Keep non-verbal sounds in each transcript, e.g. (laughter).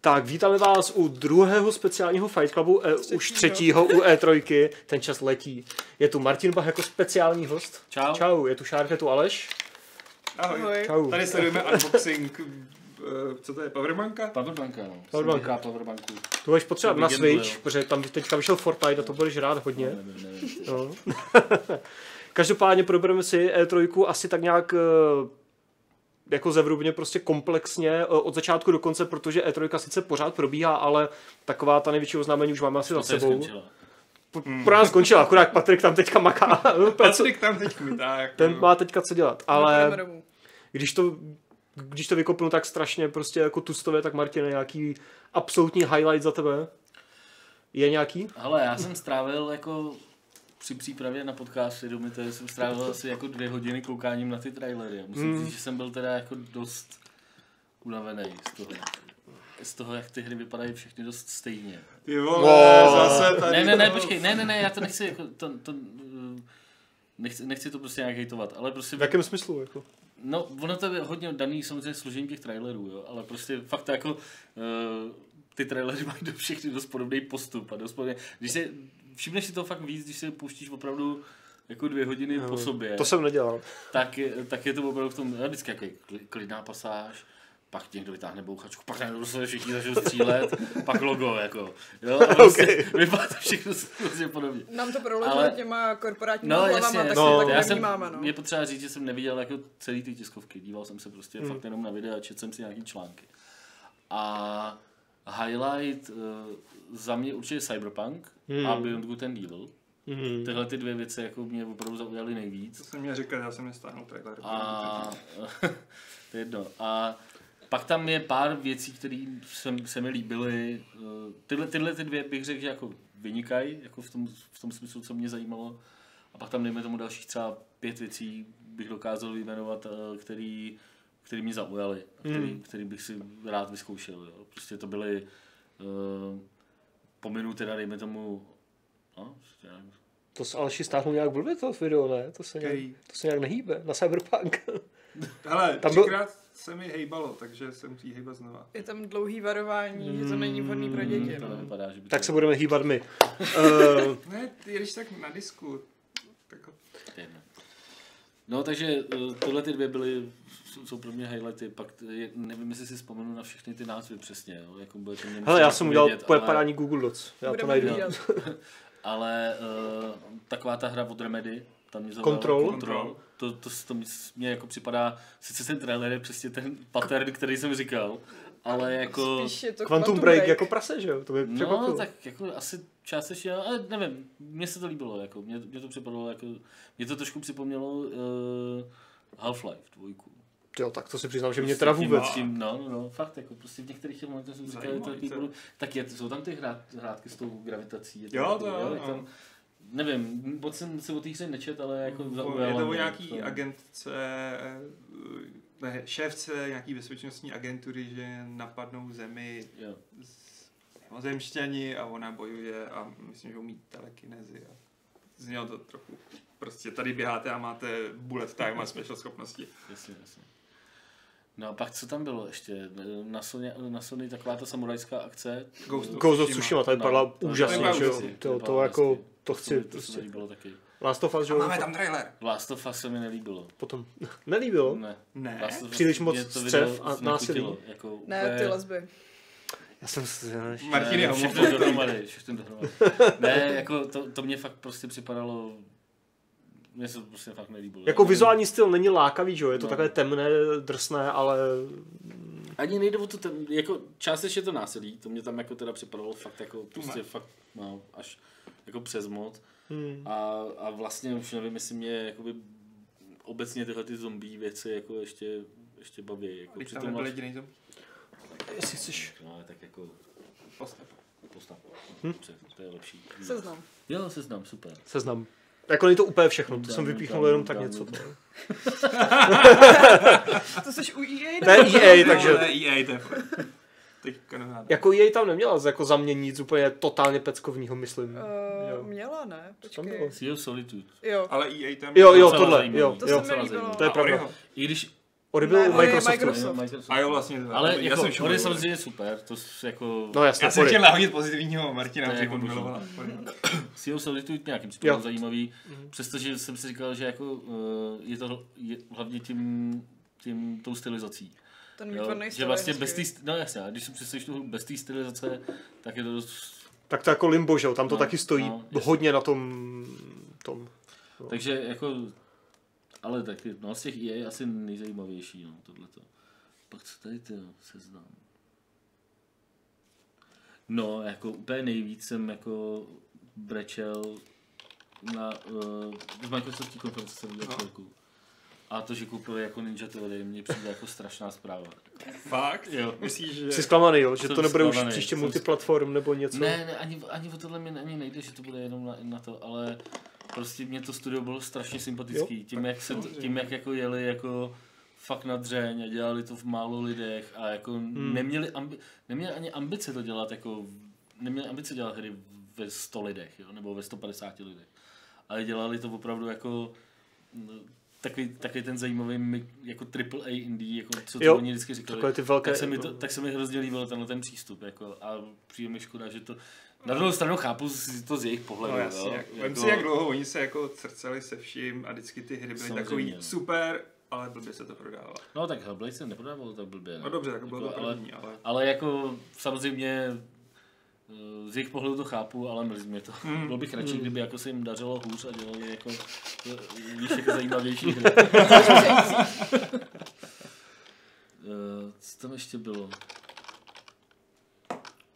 Tak vítáme vás u druhého speciálního Fight Clubu, e, už třetího u E3, ten čas letí. Je tu Martin Bach jako speciální host. Čau. Čau, je tu Šárka, je tu Aleš. Ahoj. Ahoj. Čau. Tady sledujeme unboxing, eh, co to je, Powermanka? Powerbanka, no. Powerbanka. Jsem říkal Powerbanku. Tu budeš potřebovat na To weekendu, Switch, jo. protože tam teďka vyšel Fortnite a to budeš rád hodně. Nevím, nevím. No. (laughs) Každopádně probereme si E3 asi tak nějak eh, jako zevrubně prostě komplexně eh, od začátku do konce, protože E3 sice pořád probíhá, ale taková ta největší oznámení už máme asi za To je sebou. skončilo. P- Hmm. Pro nás skončila, akorát Patrik tam teďka (laughs) maká. Patrik tam teď vytáhl. jako, Ten no. má teďka co dělat, Jdeme ale domů. když to, když to vykopnu tak strašně prostě jako tustové, tak Martine, nějaký absolutní highlight za tebe? Je nějaký? Hele, já jsem strávil jako při přípravě na podcast Vědomy, to jsem strávil asi jako dvě hodiny koukáním na ty trailery. A Musím Hmm. říct, že jsem byl teda jako dost unavený z toho. Z toho, jak ty hry vypadají všechny dost stejně. Ty vole, No. zase tady. Ne, ne, ne, to. počkej, ne, ne, ne, já to nechci, jako, to, to, eh, nechci, nechci to prostě nějak hejtovat, ale prostě... V jakém smyslu? Jako? No, ono to je hodně daný samozřejmě složením těch trailerů, jo, ale prostě fakt to jako uh, ty trailery mají do všechny dost podobný postup a dost podobný, když se, všimneš si to fakt víc, když se pouštíš opravdu jako dvě hodiny po sobě, To jsem nedělal. tak, je, tak je to opravdu v tom, já vždycky jako je kli- klidná pasáž, pak někdo vytáhne bouchačku, pak najednou se všichni začnou střílet, pak logo, jako, jo, a prostě vypadá to všechno hrozně podobně. Nám to prolezlo Ale- ale... těma korporátními No, hlavama, jasně, tak no, se já tak jsem, nevnímáme, no. je potřeba říct, že jsem neviděl jako celý ty tiskovky, díval jsem se prostě fakt jenom na videa, četl jsem si nějaký články. A highlight uh, za mě určitě Cyberpunk a Beyond Good and Evil. Mm. Tyhle ty dvě věci jako mě opravdu zaujaly nejvíc. To jsem měl říkat, já jsem nestáhnul trailer. A (laughs) to je jedno. A pak tam je pár věcí, které se, se mi líbily. Eh, Tyhle, tyhle ty dvě bych řekl, že jako vynikají, jako v tom, v tom smyslu, co mě zajímalo. A pak tam dejme tomu dalších třeba pět věcí bych dokázal vyjmenovat, eh, který, který mě zaujaly, a který, mm. který bych si rád vyzkoušel. Jo. Prostě to byly, eh, pominu teda dejme tomu, no, já nevím, To s Alši stáhnu nějak blbě to video, ne? To se nějak, Který? to se nějak nehýbe na Cyberpunk. (laughs) Hele, Tam byl- třikrát se mi hejbalo, takže jsem jí hejbat znova. Je tam dlouhý varování, že to není vhodný pro děti, to no. nevypadá, že by tak to se budeme hýbat my. (laughs) uh, Ne, ty jedeš tak na disku. Tak To je jedno. No, takže eh, tyhle ty dvě byly, jsou- jsou pro mě highlighty, pak t- je, nevím, jestli si vzpomenu na všechny ty názvy přesně, jo? jako bude to mě hele, musel já jsem udělal vědět, po ale, padání Google Docs. Já to Budeme najdu. hlídat. ale uh, taková ta hra od Remedy, tam mě zaujala Control? Control. To, to, to mě jako připadá, sice ten trailer je přesně ten pattern, který jsem říkal, ale jako... Spíš je to Quantum Break jako prase, že jo? To by No, překvapilo. tak jako asi částečně, ale nevím, mně se to líbilo, jako, mě, mě to připadalo, jako, mě to trošku připomnělo uh, Half-Life 2. Jo, tak to si přiznám, že mě teda Prostě tím- vůbec. Tím, no, no, no, fakt, jako prostě v některých těch momentech jsem si říkal, že to Zajímavý, takový to- budu, tak je, jsou tam ty hrát, hrátky s tou gravitací. Je Jo, takový, to jo, je no. tam, nevím, moc jsem se o té hře nečet, ale jako zaujala. No, je to o mě, nějaký to- agentce, eh, ne, šéfce nějaký bezpečnostní agentury, že napadnou zemi Jo. z- mimozemšťani a ona bojuje a myslím, že umí telekinezi a znělo to trochu. Prostě tady běháte a máte bullet time a special schopnosti. Jasně, jasně. No a pak co tam bylo ještě? Na Sony, na Sony taková ta samurajská akce. Ghost of Ghost of Tsushima. Tsushima, ta vypadala No, to úžasně, vypadá že jo? úžasně, To, to vypadá jako, úžasně. to To, chci mi- to se mi prostě. líbilo taky. Last of Us, že A jo? máme tam trailer. Last of Us se mi nelíbilo. Potom (laughs) nelíbilo. Ne. Ne. Last of Us- Příliš mě moc to video střev a znechutilo, násilí. Jako, úplně- Ne, ty lesby. Já jsem si... Martin je Ne, homo. všechno dohromady, (laughs) všechno dohromady. Ne, jako to, to mě fakt prostě připadalo, mně se to prostě fakt nelíbilo. Jako vizuální styl není lákavý, že jo? Je to No. takové temné, drsné, ale... Ani nejde o to, ten, jako částečně to násilí, to mě tam jako teda připadalo fakt jako, prostě Tuma. fakt, no, až jako přes moc. Hmm. A, a vlastně už nevím, jestli mě jakoby obecně tyhle ty zombie věci jako ještě, ještě baví. Jako Když tam přitom nebyl až- jediný zombie. Jestli chceš... No, tak jako Postav. postav. Hm? To je lepší. Seznam. Jo, seznam, super. Seznam. Jako není to úplně všechno, to Dám, jsem dám, vypíchnul jenom tak dám, něco. dám. to- To jsi u E EA? To je EA, takže... Ne, EA, E to je fakt. (laughs) Teďka nenáda. Jako EA tam neměla jako za mě nic úplně totálně peckovního, myslím. Jo. Uh, měla, ne? tam bylo? Počkej. Sea of Solitude. Jo, Ale E EA tam... Jo, jo, Docela tohle, zajímavý. jo, to jo. se mi líbilo. To je A pravda. Oriho. I když Ori byl Ne, u Ori je Microsoftu. Microsoft. Microsoft. A jo, vlastně. Ale já jako, jsem jsem šel. je samozřejmě super, to s- jako... No jasně, Já jsem Ori. chtěl nahodit pozitivního Martina, To je který jako on dušu. miloval. Sea of Solitude nějakým způsobem Jo. zajímavý, přestože jsem si říkal, že jako eh, je to hl- je hlavně tím, tím tou stylizací. Ten Jo, výtvarný že styl vlastně je bez té, hezký. no jasně, a když si představíš tu hru bez té stylizace, tak je to dost, Tak to jako Limbo, že jo, tam to No, taky stojí no, jasně. hodně na tom, tom. takže jako, ale taky, no z těch EA je asi nejzajímavější, no tohleto. Pak co tady ty no, seznam? No, jako úplně nejvíc jsem jako brečel na, uh, z Microsoftí konference jsem viděl No. chvilku. A to, že koupili jako Ninja Theory, mně přijde jako strašná zpráva. Fakt? Jo. Myslíš, že... Jsi zklamaný, jo, že Jsem to nebude už zklamaný, příště jsem multiplatform nebo něco. Ne, ne ani, ani o tohle mi ani nejde, že to bude jenom na, na to, ale prostě mě to studio bylo strašně sympatický. tím, jak se, to- tím, jak jako jeli jako fakt na dřeň a dělali to v málo lidech a jako Hmm. neměli, ambi, neměli ani ambice to dělat jako, neměli ambice dělat hry ve 100 lidech, jo, nebo ve 150 lidech. Ale dělali to opravdu jako no, takový, takový ten zajímavý mi- jako triple A indie, jako co Jo, to oni vždycky říkali Takové ty velké... no. tak se, mi to, tak se mi hrozně líbil tenhle ten přístup jako, a přijde mi škoda, že to na druhou stranu chápu z- to z jejich pohledu. No jasně, jo, jako- jak, vem si, jak dlouho oni se jako crceli se vším a vždycky ty hry byly Samozřejmě, takový no. super, ale blbě se to prodávalo. No tak Hellblade se neprodávalo tak blbě. No ne? dobře, tak bylo to Jako, ale, první, ale... ale jako samozřejmě eh, z jejich pohledu to chápu, ale mrzí mě to. Mm. Byl bych radši, kdyby jako se jim dařilo hůř a dělali jako, eh, víš, jako zajímavější hry. Eh, co tam ještě bylo?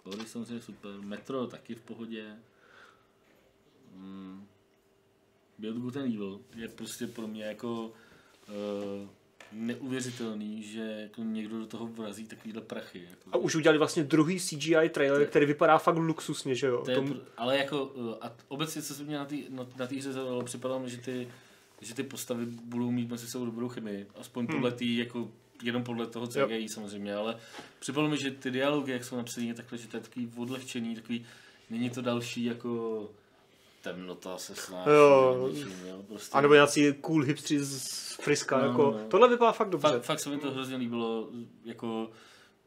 Ori samozřejmě super, Metro taky v pohodě. Mm. Beyond Good and Evil je prostě pro mě jako eh, neuvěřitelný, že jako někdo do toho vrazí takovýhle prachy. Jako. A už udělali vlastně druhý CGI trailer, který vypadá fakt luxusně, že jo. To je, Tomu- pr- ale jako uh, a t- obecně, co se mě na té na, na té hře zaujalo, připadalo mi, že ty, že ty postavy budou mít mezi sebou dobrou chemii. Aspoň podle tý, jako jenom podle toho Hmm. Jo. CGI samozřejmě, ale připadalo mi, že ty dialogy, jak jsou napsané, je takhle, že to je takový odlehčený, takový, není to další jako temnota se snáší. Jo. nebo něčím, jo, prostě. A nebo nějací cool hipstři z Friska, No, jako. no. Tohle vypadá fakt dobře. Fakt, fakt se mi to hrozně líbilo, jako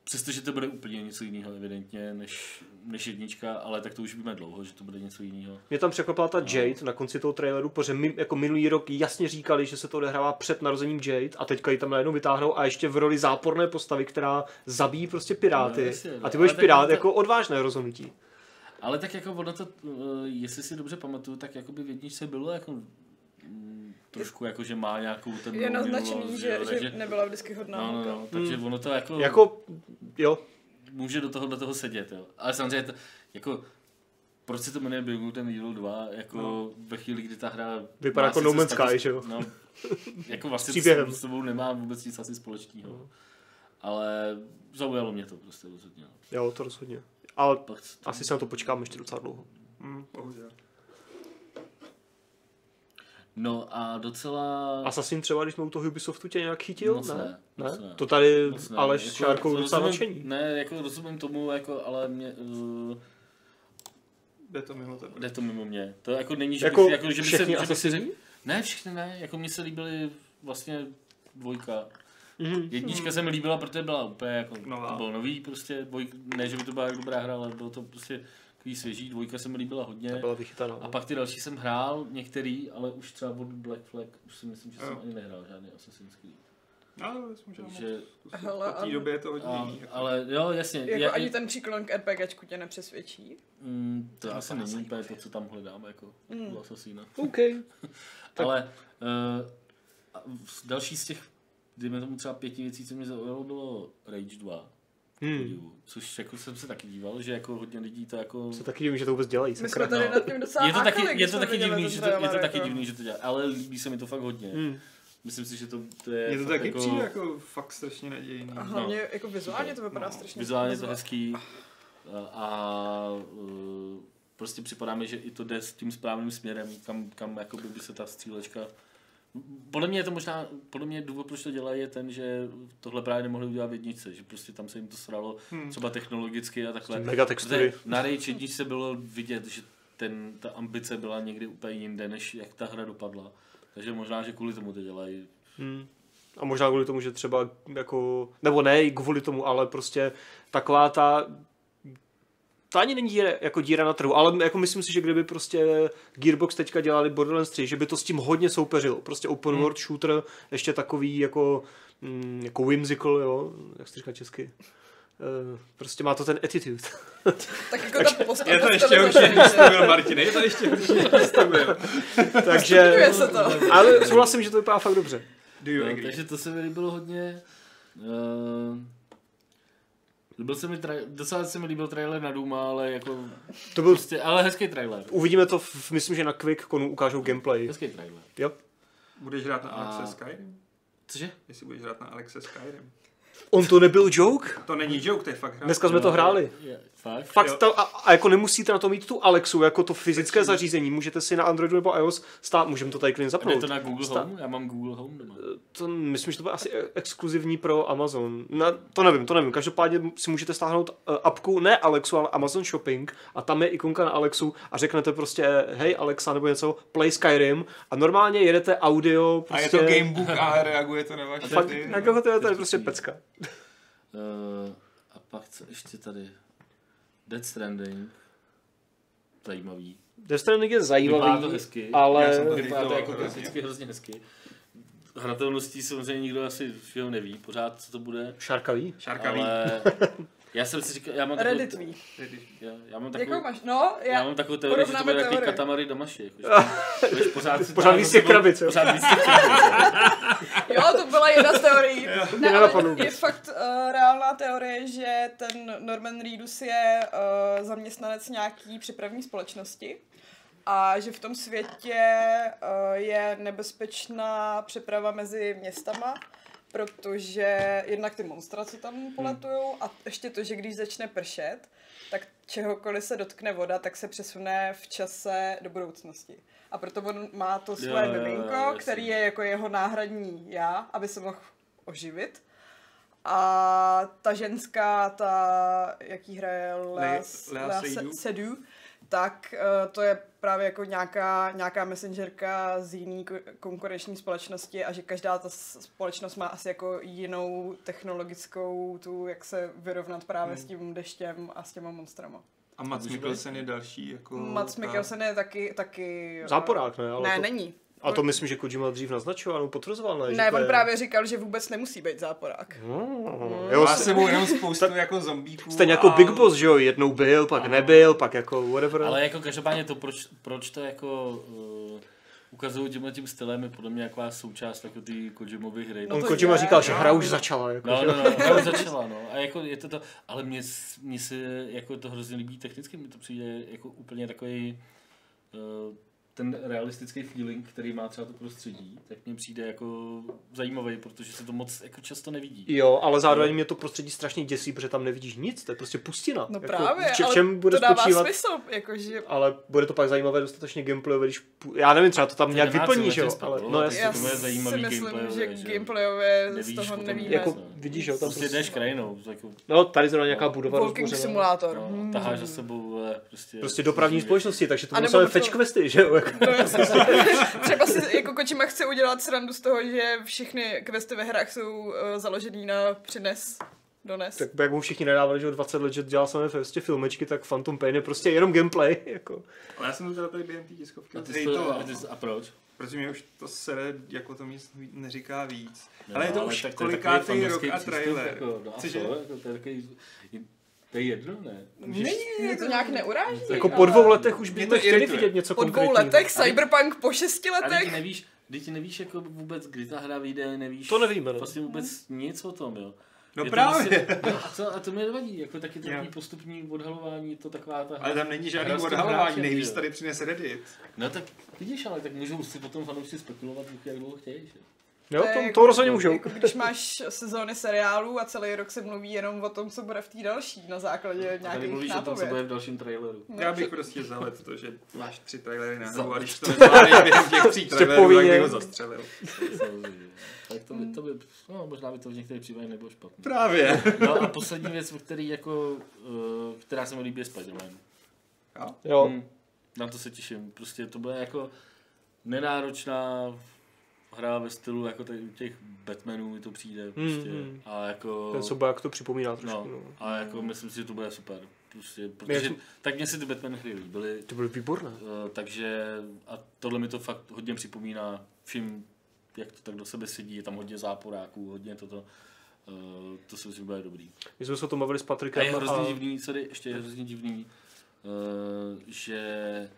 přestože to bude úplně něco jiného evidentně než, než jednička, ale tak to už víme dlouho, že to bude něco jiného. Mě tam překvapila No. ta Jade na konci toho traileru, protože my, jako minulý rok jasně říkali, že se to odehrává před narozením Jade a teďka ji tam najednou vytáhnou a ještě v roli záporné postavy, která zabíjí prostě piráty. No, jasně, no. a ty budeš Ale tak pirát to- jako odvážné rozhodnutí. Ale tak jako ono to, eh, jestli si dobře pamatuju, tak jako by v jedničce bylo jako mm, trošku jako, že má nějakou ten Je naznačený, minulost, že, jo, že nebyla vždycky hodná No, no, holka. no, takže ono to jako, Jako, jo, může do toho, do toho sedět, jo. Ale samozřejmě to, jako, proč se to jmenuje Beyond ten Evil 2, jako No. ve chvíli, kdy ta hra... Vypadá má jako sice No Man's Sky, status- že jo? No, (laughs) jako vlastně s, příběhem. No. s sebou nemá vůbec nic asi společného. Ale zaujalo mě to prostě rozhodně. no. jo, to rozhodně. Ale Pak co tam- asi se na to počkám ještě docela dlouho. Hm, bohužel. No a docela... Assassin třeba, když jsme u toho Ubisoftu tě nějak chytil? Moc ne, ne? moc ne? ne. To tady Moc ne, jako Aleš s Šárkou rozumím- docela nadšení. Ne, jako rozumím tomu, jako, ale mě, uh, Jde to mimo tebe. jde to mimo mě. To jako není, že, Jako bych, jako, že by se, všechny že bych si Assassiny? řekl, ne, všechny ne, jako mně se líbily vlastně dvojka. Mhm. Jednička se mi líbila, protože byla úplně jako, Nová. to bylo nový prostě, dvoj, ne, že by to byla jako dobrá hra, ale bylo to prostě takový svěží, dvojka se mi líbila hodně. Byla vychytaná. A pak ty další jsem hrál, některý, ale už třeba od Black Flag, už si myslím, že jsem Jo. ani nehrál žádný Assassin's Creed. No, to jsme Takže, Hele, V té ale- době je to hodně a, jiný. jako. ale jo, jasně. Jako já- ani ten příklon k RPGčku tě nepřesvědčí. Mm, to To asi je není zajímavé. úplně to, co tam hledám, jako Mm. u Asasína. OK. Tak- Ale uh, další z těch, dejme tomu třeba pěti věcí, co mě zaujalo, bylo Rage 2. Hmm. podivu. Což jako jsem se taky díval, že jako hodně lidí to jako... Se taky divím, že to vůbec dělají. My sakra. jsme tady no. nad tím docela je to taky, áchali, když je to jsme taky viděli divný, ten že to, je to trailer, taky jako. divný, že to dělá, ale líbí se mi to fakt hodně. Hmm. Myslím si, že to, to je... Mně to fakt taky přijde jako fakt strašně nadějný. No. A hlavně jako vizuálně to vypadá No, strašně. Vizuálně je to Vizuál- hezký a, a uh, prostě připadá mi, že i to jde s tím správným směrem, kam, kam jakoby by se ta střílečka... Podle mě je to možná, podle mě důvod, proč to dělají, je ten, že tohle právě nemohli udělat v jednice, že prostě tam se jim to sralo Hmm. třeba technologicky a takhle. Prostě mega textury. Protože Na Rage jedničce bylo vidět, že ten, ta ambice byla někdy úplně jinde, než jak ta hra dopadla. Takže možná, že kvůli tomu to dělají Hmm. A možná kvůli tomu, že třeba jako, nebo ne i kvůli tomu, ale prostě taková ta, to ani není díra, jako díra na trhu, ale jako myslím si, že kdyby prostě Gearbox teďka dělali Borderlands 3, že by to s tím hodně soupeřilo. Prostě open world shooter, ještě takový jako, mm, jako whimsical, jo, jak se to říká česky. Eh, Prostě má to ten attitude. Tak jako (laughs) ta postava Je to ještě stabilizace- horší, než jsi to byl, Martine, je to ještě horší, než jsi to byl. Takže, Studuje se to. ale souhlasím, že to vypadá fakt dobře. Do you No, agree? takže to se mi líbilo hodně. Uh, líbil se mi tra- docela se mi líbil trailer na Duma, ale jako To byl, prostě, ale hezký trailer. uvidíme to, v, myslím, že na Quick konu ukážou gameplay. Hezký trailer. Jo? Budeš hrát na A- Alexe Skyrim? Cože? Jestli budeš hrát na Alexe Skyrim. On to nebyl joke? To není joke, to je fakt hra. Dneska jsme No. to hráli. Eh, Je, fakt? Fakt Jo. ta, a, a jako nemusíte na to mít tu Alexu, jako to fyzické zařízení. Můžete si na Androidu nebo iOS stát, můžeme to tady klidně A jde zapnout. to na Google Sta- Home? Já mám Google Home doma. To, myslím, že to bude asi e- exkluzivní pro Amazon. Na, to nevím, to nevím. Každopádně si můžete stáhnout uh, apku, ne Alexu, ale Amazon Shopping a tam je ikonka na Alexu a řeknete prostě hej Alexa nebo něco, play Skyrim a normálně jedete audio A je prostě... to gamebook a reaguje to na vaše Fakt, ty. jako to je, to je Vtipný. prostě pecka. Uh, a pak co ještě tady? Dead Stranding. Zajímavý. Death Stranding je Vypadá zajímavý, to hezky. Já ale... jsem to Vypadá to Vždycky jako to klasicky hrozně hezky. Hratelností samozřejmě nikdo asi všeho neví, pořád co to bude. Šárkavý? Šárka (laughs) ví. Ale já jsem si říkal, já mám takovou, Reddit ví. já, já mám Jakou takovou, máš? No, já já... mám takovou teorii, že to Porovnáme bude takový teorie. katamary damaši. Jako, (laughs) že budeš pořád, si Pořád tam víc těch sebou- krabic, jo? Pořád víc těch krabic. (laughs) Jo, to byla jedna z (laughs) teorií. Mě Ne, nenapadlo ale je prostě. vůbec. fakt uh, reálná teorie, že ten Norman Reedus je uh, zaměstnanec nějaký přepravní společnosti a že v tom světě uh, je nebezpečná přeprava mezi městama, protože jednak ty monstra, co Hmm. tam poletujou a ještě to, že když začne pršet, tak čehokoliv se dotkne voda, tak se přesune v čase do budoucnosti. A proto on má to Jo, své jo, jo, miminko, jasně. který je jako jeho náhradní já, aby se mohl oživit. A ta ženská, ta, jaký hraje Lea, Lea- S- Lea Lea Seydoux? Se- Seydoux, tak eh, to je právě jako nějaká, nějaká messengerka z jiný ko- konkurenční společnosti a že každá ta s- společnost má asi jako jinou technologickou tu, jak se vyrovnat právě Hmm. s tím deštěm a s těma monstrama. A Mats Může Mikkelsen je další. Jako Mats ta- Mikkelsen je taky... taky eh, Záporák, ne? Ale Ne, to... není. A to myslím, že Kojima dřív naznačoval, nebo potvrzoval, ne? že Ne, to on je- právě Mhm. říkal, že vůbec nemusí být záporák. Hmm. Jo, Má s- s sebou jenom spoustu jako zombíků. stejně jako a- Big Boss, že jo, jednou byl, pak nebyl, pak jako whatever. Ale jako každopádně to, proč, proč to jako uh, ukazují tímhle tím stylem, je podle mě jaková součást jako ty Kojimovy hry. No On to Kojima je, říkal, že jo. hra už začala. Jako, No, že? no, no, no, začala, no. A jako je to to, ale mně, s- mně se jako to hrozně líbí technicky, mně to přijde jako úplně takový eh, ten realistický feeling, který má třeba to prostředí, tak mně přijde jako zajímavý, protože se to moc jako často nevidí. Jo, ale zároveň mě to prostředí strašně děsí, protože tam nevidíš nic, to je prostě pustina. No Jako, právě, v če- v ale čem bude to dává spočívat, smysl, jakože... ale bude to pak zajímavé dostatečně gameplayové, když, pů- já nevím, třeba to tam To nějak nemá vyplní, cenu že jo, trestat, ale no, no tak jasně, Já to bude si zajímavý myslím, že gameplayově, že gameplayové z Nevíš toho potom nevíme. nic, jako Jako... no. vidíš, jo, tam Prostě prostě, jdeš krajinou, jako, no tady zrovna nějaká budova Walking rozbořená. simulátor. (laughs) No, no, taháš za sebou vole, prostě, Prostě dopravní společnosti, takže to A budou nebo samé to- fetch questy, že jo, jako. No, jasně. Třeba si jako Kočima chce udělat srandu z toho, že všechny questy ve hrách jsou uh, založený na přines, dones. tak jak mu všichni nedávali, že jo, 20 let, že dělal samé prostě filmečky, tak Phantom Pain je prostě jenom gameplay, jako. Ale já jsem to teda tady během té tiskovky A, ty jsi to, a, zhejtoval. ty jsi, a proč? Protože mě už to sere, jako to nic neříká víc. No, Ale je to ale tak už to je takový kolikátý rok fanoušký a přístup, trailer. Jako, no a Cože? co? Jako, to, je takový, to je jedno, ne? Můžeš- Mě to nějak neuráží. Jako po dvou ale letech už Mě bychom to chtěli irituje. vidět něco Po dvou konkrétního. letech, Cyberpunk po šesti A teď letech. nevíš, teď nevíš jako vůbec, kdy ta hra vyjde, nevíš. To nevíme, no. Vlastně vůbec nic o tom, jo. No Je to právě. Vlastně, no a, co, a to mi nevadí, jako taky to Jo. takový postupní odhalování, je to taková ta hra. Ale tam není žádný Hra s tím odhalování, hráčem, že nejvíc jo. tady přines Reddit. No tak vidíš, ale tak můžou si potom fanoušci spekulovat, jak dlouho chtějí, že? Jo, je to, jako- to rozhodně můžou. Jako když máš sezóny seriálů a celý rok se mluví jenom o tom, co bude v té další na základě A tady nějakých mluvíš o tom, co bude nápověd. v dalším traileru. No, Já bych prostě zahled to, že máš tři trailery na Za- hru a když (laughs) to nezvládneš během těch tří trailerů, tak povinně. bych ho zastřelil. Samozřejmě. no. tak to by, to by, no možná by to v některých případech nebylo (laughs) špatné. Právě. No a poslední věc, o který jako, eh, která se mi líbí, je Spider-Man. Jo. Hmm. Na to se těším. Prostě to bude jako nenáročná hra ve stylu jako tady u těch Batmanů mi to přijde prostě. hmm. A jako... Ten sobaják to připomíná trošku. no, No. a jako myslím si, že to bude super. Prostě, protože jsem- tak mě si ty Batman hry líbily, To bylo výborné. eh, takže a tohle mi to fakt hodně připomíná všim, jak to tak do sebe sedí, je tam hodně záporáků, hodně toto. eh, To si myslím, že bude dobrý. My jsme se o tom bavili s A je Patrikem. hrozně divný, sorry, ještě je hrozně divný, eh, že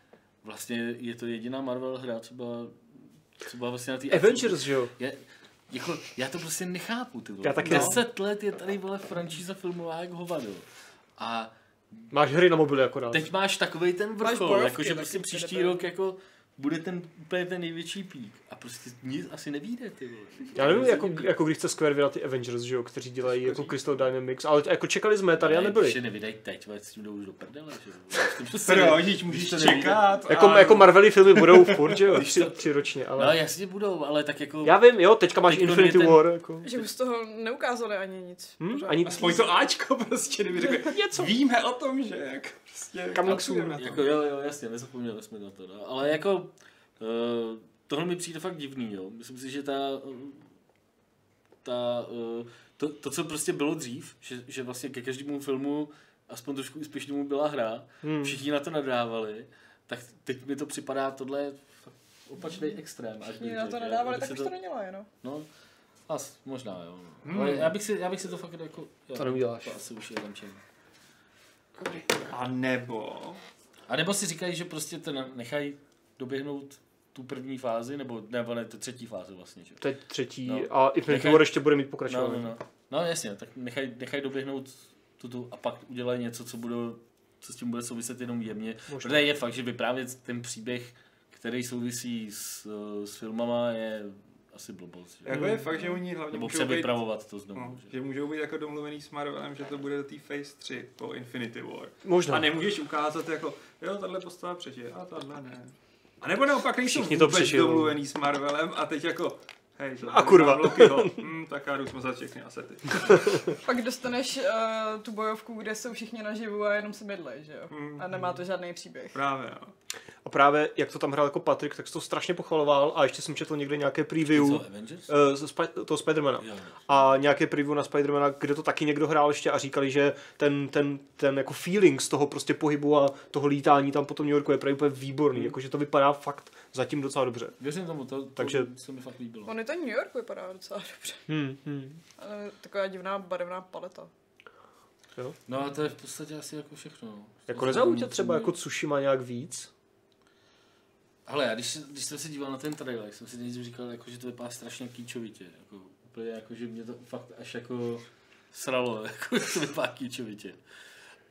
vlastně je to jediná Marvel hra, co byla, co byla vlastně na té Avengers, že jo? Já, jako, já to prostě nechápu, ty vole. Já taky no. ne. Deset let je tady, vole, franšíza filmová jak hovado. A Máš hry na mobily akorát. teď máš takovej ten vrchol, bojovky jakože taky, prostě které příští byly. rok jako bude ten úplně ten největší pík. A prostě nic asi nevíde, ty vole. Já nevím, Nic jako, nevíde. jako když chce Square vydat ty Avengers, že jo, kteří dělají jako Crystal Dynamics, ale jako čekali jsme, tady a Ne, nebyli. Ještě nevydají teď, vole, s tím jdou už do prdele, že jo. Prostě Pro, ne- již můžeš když to nevíde. čekat. Jako, a- jako Marvely filmy budou furt, že jo, tři, tři ročně, No ale... jasně budou, ale tak jako... Já vím, jo, teďka máš Teď on je Infinity ten- War, jako... Že už z toho neukázali ani nic. Hm? Ani Aspoň to Ačko prostě, kdyby řekl, něco. Víme o tom, že jak prostě... Coming pracujeme soon. na tom. Jako jo, jo, jasně, nezapomněli jsme na to, no. ale jako uh, tohle mi přijde fakt divný, jo. Myslím si, že ta, eh, ta uh, to, to, co prostě bylo dřív, že, že vlastně ke každému filmu, aspoň trošku úspěšnému byla hra, Hmm. hmm. všichni na to nadávali, tak teď mi to připadá tohle je fakt opačný extrém. Až Mě bych na to řekl, jako, jo. nedávali, Abych tak si už to nedělá, no. No, as, možná jo. Hmm. Ale já bych, si, já bych si to fakt jako... To neuděláš. To asi už je tam čem. A nebo... A nebo si říkají, že prostě ten nechají doběhnout tu první fázi, nebo nebo ne, to třetí fázi vlastně, že? jo? Teď třetí No. a Infinity Nechaj- War ještě bude mít No, no, pokračování. no. no jasně, tak nechají, nechají doběhnout tuto a pak udělají něco, co bude, co s tím bude souviset jenom jemně. Možná. Protože je fakt, že vyprávět ten příběh, který souvisí s, eh, s filmama, je asi blbost. Že? jo? Jako Hmm. je fakt, že oni hlavně Nebo můžou být... převypravovat to znovu. No, že? že můžou být jako domluvený s Marvelem, že to bude do té Phase 3 po Infinity War. A Možná. nemůžeš ukázat jako, jo, tahle postava přežije, a tahle ne. A nebo naopak nejsou Všichni Všichni to vůbec přežijou. domluvený s Marvelem a teď jako, hej, to A kurva. Hmm, tak já jdu smazat všechny asety. Pak dostaneš uh, tu bojovku, kde jsou všichni naživu a jenom se bydlej, že jo? Mm. A nemá to žádný příběh. Právě, no. A právě, jak to tam hrál jako Patrik, tak se to strašně pochvaloval a ještě jsem četl někde nějaké preview Co, Avengers? eh, ze Spi- toho Spidermana. Jo, jo. a nějaké preview na Spidermana, kde to taky někdo hrál ještě a říkali, že ten, ten, ten jako feeling z toho prostě pohybu a toho lítání tam po tom New Yorku je právě úplně Hmm. výborný, jakože to vypadá fakt zatím docela dobře. Věřím tomu, to, to Takže- Takže... se mi fakt líbilo. On je to New York vypadá docela dobře. Hmm, hmm. Ale Eh, taková divná barevná paleta. No a to je v podstatě asi jako všechno. no. Jako Nic nezaujítě třeba mě- jako Tsushima nějak víc? Ale já, když, když jsem se díval na ten trailer, tak jsem si nejdřív říkal, jako, že to vypadá strašně kýčovitě. Jako, úplně jako, že mě to fakt až jako sralo, (laughs) jako, že to vypadá kýčovitě.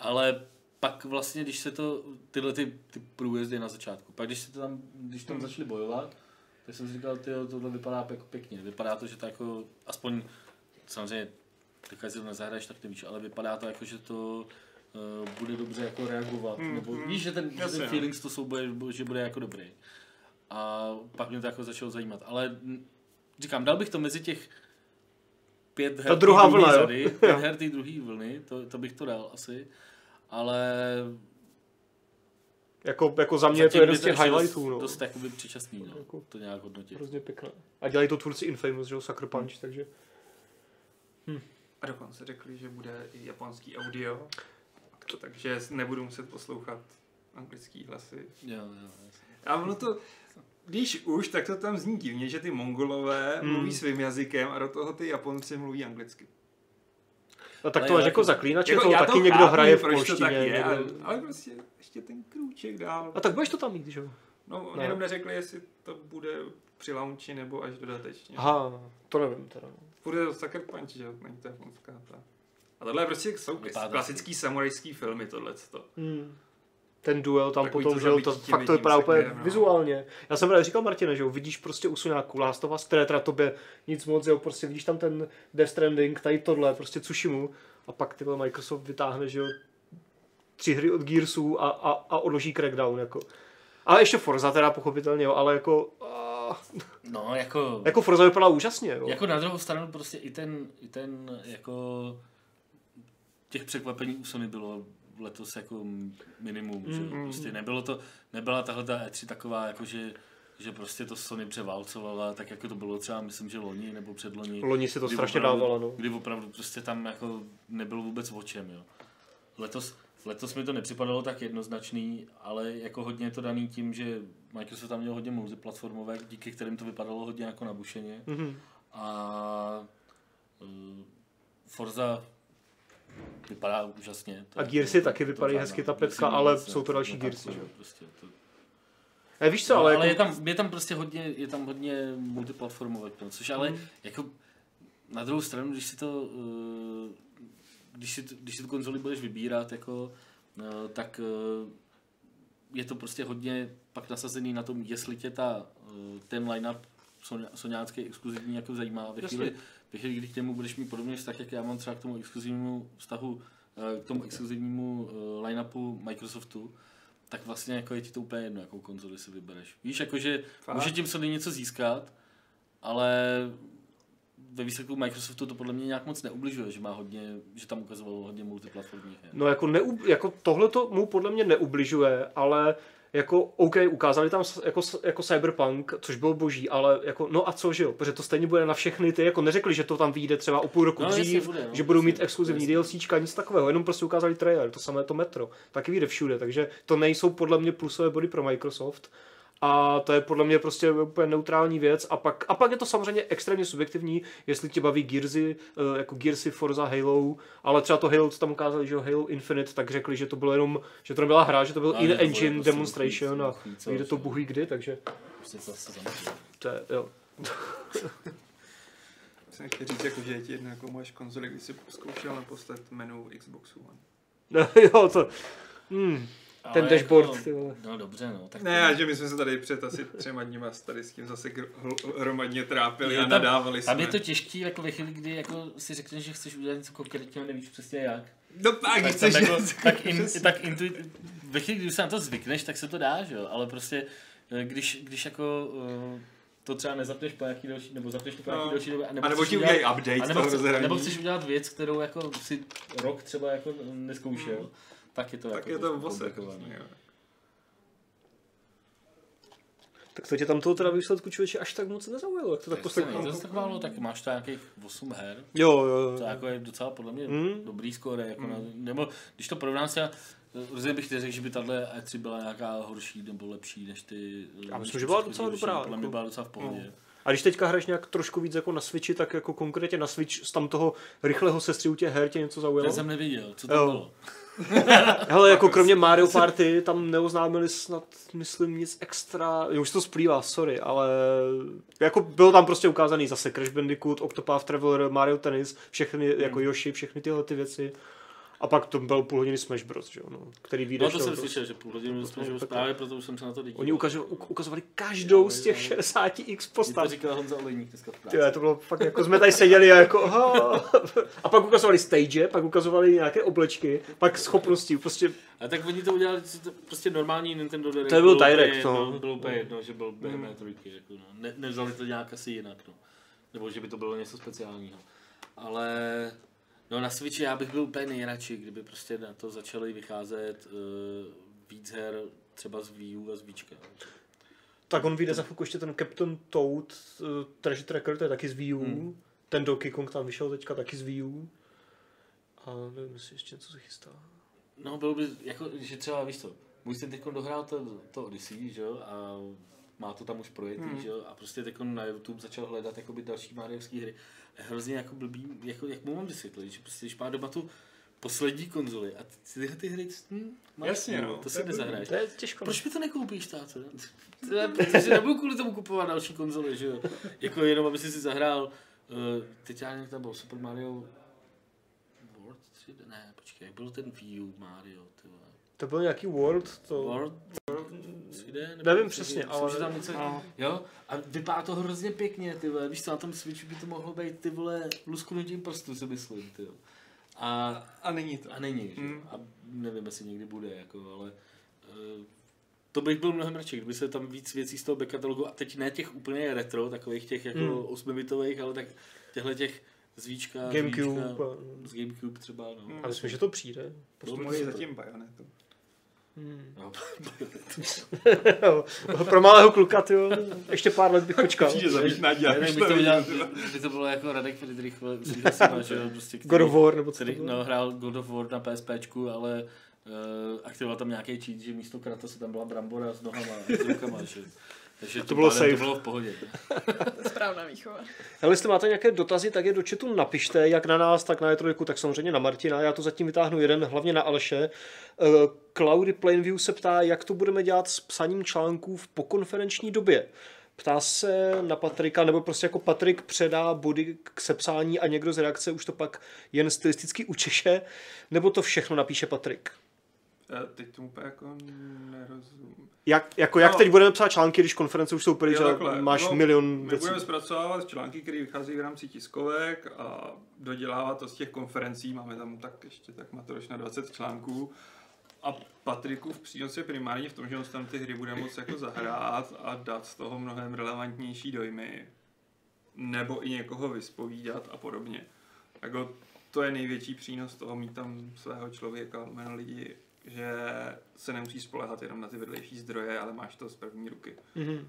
Ale pak vlastně, když se to, tyhle ty, ty průjezdy na začátku, pak když se to tam, když tam začali bojovat, tak jsem si říkal, ty tohle vypadá pek, pěkně. Vypadá to, že to jako, aspoň samozřejmě, tak si to nezahraješ, tak nevíš, ale vypadá to jako, že to uh, bude dobře jako reagovat, Hmm, nebo hmm. víš, že ten, že Jasně, ten no. feeling z toho souboje, že bude jako dobrý. A pak mě to jako začalo zajímat, ale mm, říkám, dal bych to mezi těch pět her té druhá druhé vlna, jo. řady, pět her té druhé vlny, to, to bych to dal asi, ale Jako, jako za mě je to zatím jeden mi z těch ještě highlightů, no. Jako- Prostě. Dost, dost jakoby předčasný, no, to nějak hodnotit. Hrozně pěkné. Hmm. A dělají to tvůrci Infamous, že jo, Sucker Punch, takže A dokonce řekli, že bude i japonský audio, takže nebudu muset poslouchat anglický hlasy. Jo, jo, jasně. A ono to, když už, tak to tam zní divně, že ty mongolové Hmm. mluví svým jazykem a do toho ty japonci mluví anglicky. a tak Ale to jo, máš jako jako- zaklínače, No Jako to já taky to někdo chápu, hraje v proč to tak polštině. je, ale, někdo- ale prostě ještě ten krůček dál. A tak budeš to tam mít, že jo? No, No. no. jenom neřekli, jestli to bude při launchi nebo až dodatečně. Aha. Aha, to nevím teda. no. Bude to Sucker Punch, že jo, není to japonská ta. A tohle je prostě jsou Vypadá to klasický samurajský filmy, tohle to. Hmm. Ten duel tam Takový potom, to že jo, to, zabití tím fakt to jedním vypadá úplně sekerem, no. vizuálně. Já jsem právě říkal Martine, že jo, vidíš prostě usunáku Last of Us, které teda tobě nic moc, jo, prostě vidíš tam ten Death Stranding, tady tohle, prostě Tsushimu a pak tyhle Microsoft vytáhne, že jo, tři hry od Gearsů a, a, a odloží Crackdown, jako. Ale ještě Forza teda pochopitelně, jo, ale jako, a, No, jako... jako Forza vypadala úžasně, jo. Jako na druhou stranu prostě i ten, i ten jako těch překvapení u Sony bylo letos jako minimum, mm, že? jo. Prostě nebylo to, nebyla tahle ta E3 E taková jako, že že prostě to Sony převálcovala, tak jako to bylo třeba, myslím, že loni nebo předloni. Loni si to kdy strašně opravdu, dávalo, no. Kdy opravdu prostě tam jako nebyl vůbec o čem, jo. Letos, letos mi to nepřipadalo tak jednoznačný, ale jako hodně je to daný tím, že Microsoft tam měl hodně multiplatformové, díky kterým to vypadalo hodně jako nabušeně. Mhm. A uh, Forza vypadá úžasně. To A je- jako Gearsy taky to vypadají žádná- hezky, ta petka, Gearsy ale vůbec ne- jsou to další no tak Gearsy, to, že jo. Prostě to, Ne, víš co, No, ale, ale je jako, tam, je tam prostě hodně, je tam hodně multiplatformové, no, což ale Hmm. jako na druhou stranu, když si to, eh, když si, tu- když si tu konzoli budeš vybírat, jako, eh, tak eh, je to prostě hodně pak nasazený na tom, jestli tě ta, eh, ten line-up soň- soňácký exkluzivní jako zajímá. Ve Jasně. chvíli, ve chvíli, kdy k němu budeš mít podobný vztah, jak já mám třeba k tomu exkluzivnímu vztahu, eh, k tomu exkluzivnímu eh, line-upu Microsoftu, tak vlastně jako je ti to úplně jedno, jakou konzoli si vybereš. Víš, jakože Fakt? může tím Sony něco získat, ale ve výsledku Microsoftu to podle mě nějak moc neubližuje, že má hodně, že tam ukazovalo hodně multiplatformních her. no jako, neub, jako tohle to mu podle mě neubližuje, ale jako OK, ukázali tam s- jako, s- jako Cyberpunk, což bylo boží, ale jako no a co, že jo, protože to stejně bude na všechny ty, jako neřekli, že to tam vyjde třeba o půl roku No, jasně, dřív, bude, no, že budou jasně, mít exkluzivní jasně. DLCčka, nic takového, jenom prostě ukázali trailer, to samé to Metro, taky vyjde všude, takže to nejsou podle mě plusové body pro Microsoft a to je podle mě prostě úplně neutrální věc a pak, a pak je to samozřejmě extrémně subjektivní, jestli tě baví Gearsy, eh, jako Gearsy, Forza, Halo, ale třeba to Halo, co tam ukázali, že jo, Halo Infinite, tak řekli, že to bylo jenom, že to nebyla hra, že to byl Ale že to bude in-engine prostě demonstration a uchycení, co, vyjde to že? buhví kdy, takže Prostě to asi tam- to je, jo. (laughs) Jsem chtěl říct, jako, že je ti jedno, jako máš konzoli, když jsi zkoušel naposled menu Xbox One. No, jo, to, hmm, ten Ale dashboard, jako- ty vole. No dobře, no. Tak Ne, a že my jsme se tady před asi třema dníma s tady s tím zase gr- hl- hromadně trápili Je a tam- nadávali Tam jsme. je to těžký, jako ve chvíli, kdy jako si řekneš, že chceš udělat něco konkrétního, nevíš přesně jak. No a Tak, když tam chceš... jako, tak, in, Přesně. tak intuit, ve chvíli, když se na to zvykneš, tak se to dá, že jo? Ale prostě, eh, když, když jako eh, to třeba nezapneš po nějaký další, nebo zapneš to po nějaký No. další době, A nebo chceš ti udělat- udělají update a z nebo, toho chceš, rozhraní. nebo chceš udělat věc, kterou jako si rok třeba jako neskoušel, tak je to Hmm. Tak jako je to trošku v ose. komplikovaný. hrozně, jo. Tak to tě tam toho teda ve výsledku člověče až tak moc nezaujalo, jak to tak Tak to se poslouchám. nejde tak málo, no, tak máš to nějakých 8 her, Jo, jo, To jo. jako je docela podle mě Hmm. hmm. dobrý skóre. Jako hmm. na, nebo když to porovnám se, rozhodně bych neřekl, že by tahle E3 byla nějaká horší nebo lepší než ty. Já než myslím, že byla předchozí docela roční. dobrá, Podle mě jako. byla docela v pohodě. A když teďka hraješ nějak trošku víc jako na Switchi, tak jako konkrétně na Switch z tam toho rychlého sestřihu těch her tě něco Já zaujalo? jsem neviděl, co to Jo. bylo. Hele, jako (laughs) kromě Mario Party tam neoznámili snad, myslím, nic extra, Jo, už to splývá, sorry, ale jako bylo tam prostě ukázaný zase Crash Bandicoot, Octopath Traveler, Mario Tennis, všechny, jako Hmm. Yoshi, všechny tyhle ty věci. A pak to byl půl hodiny Smash Bros, že jo, no, který vyjde. No to že jo, jsem to- slyšel, že půl hodinu jsme je že peklo. právě proto už jsem se na to díval. Oni ukažu, uk- ukazovali každou z těch 60x Mě to postav. říkal Honza Olejník dneska v práci. Jo, to bylo fakt jako jsme tady seděli a jako aha. A pak ukazovali stage, pak ukazovali nějaké oblečky, pak schopnosti, prostě A tak oni to udělali co to, prostě normální Nintendo Direct. To byl bylo úplně Direct, jedno, no. Bylo úplně jedno, že byl BME trojky, jako no. Ne, nevzali to nějak asi jinak, no. Nebo že by to bylo něco speciálního. Ale no na Switchi já bych byl úplně nejradši, kdyby prostě na to začaly vycházet uh, víc her třeba z Wii U a z Víčka. Tak on vyjde za chvilku ještě ten Captain Toad, uh, Treasure Tracker, to je taky z Wii U. Hmm. Ten Donkey Kong tam vyšel teďka taky z Wii U. A nevím, jestli ještě něco se chystá. No bylo by, jako, že třeba víš co, můj syn teď dohrál to, to Odyssey, že jo, a má to tam už projetý, hmm. že jo, a prostě teď na YouTube začal hledat jakoby další Mariovské hry. A hrozně jako blbý, jako, jak mu mám vysvětlit, že prostě, když má doma tu poslední konzoli a ty- tyhle ty hry, hm, máš, Jasně, no, to to si je blbý. nezahraješ. To je těžko. no. Proč mi to nekoupíš, táto? no. To já- Protože nebudu kvůli tomu kupovat další konzoli, že jo? Jako jenom, aby si si zahrál, uh, teď já nevím, tam byl Super Mario World 3, ne, počkej, jak byl ten Wii U Mario, ty vole. To byl nějaký World, to... World 3D? Nevím přesně, myslím, ale- Že tam něco, no. jo? A vypadá to hrozně pěkně, ty vole. Víš co, na tom Switchu by to mohlo být, ty vole, lusknutím prstu, si myslím, ty jo. A, A není to. a není, že? Hmm. Mm. jo. A nevím, jestli někdy bude, jako, ale... eh, to bych byl mnohem radši, kdyby se tam víc věcí z toho backtalogu, a teď ne těch úplně retro, takových těch jako Mm. osmibitových, ale tak těchhle těch zvíčka, Gamecube. Víčka, a- z Gamecube třeba, no. Mm. A myslím, že to přijde. Postupuji zatím bajonetu. Hmm. No, No. (laughs) Pro malého kluka, ty jo. Ještě pár let bych počkal. Přijde zamítnání, ne, já tak už by to, to udělal, vidím. by to bylo jako Radek Friedrich, (laughs) slyšel jsem, že jo, prostě, který- God of War, nebo co to který, bylo? no, hrál God of War na PSPčku, ale uh, aktivoval tam nějaký cheat, že místo krata se tam byla brambora s nohama a s rukama, že? (laughs) Takže tím bylo pádem safe. To bylo v pohodě. To je správná výchova. Ale jestli máte nějaké dotazy, tak je do chatu napište, jak na nás, tak na E3, tak samozřejmě na Martina. Já to zatím vytáhnu jeden, hlavně na Alše. Eh, Cloudy Plainview se ptá, jak to budeme dělat s psaním článků v pokonferenční době. Ptá se na Patrika, nebo prostě jako Patrik předá body k sepsání a někdo z reakce už to pak jen stylisticky učeše, nebo to všechno napíše Patrik? Eh, Teď tomu úplně jako nerozumím. Jak, jako jak No. teď budeme psát články, když konference už jsou pryč Jo, a takhle. máš No, milion My věcí? budeme zpracovávat články, které vychází v rámci tiskovek a dodělávat to z těch konferencí. Máme tam tak ještě tak matoroš na 20 článků. A Patrikův přínos je primárně v tom, že on si tam ty hry bude moct jako zahrát a dát z toho mnohem relevantnější dojmy. Nebo i někoho vyspovídat a podobně. Jako to je největší přínos toho mít tam svého člověka, jméno lidi, že se nemusíš spolehat jenom na ty vedlejší zdroje, ale máš to z první ruky. Mhm.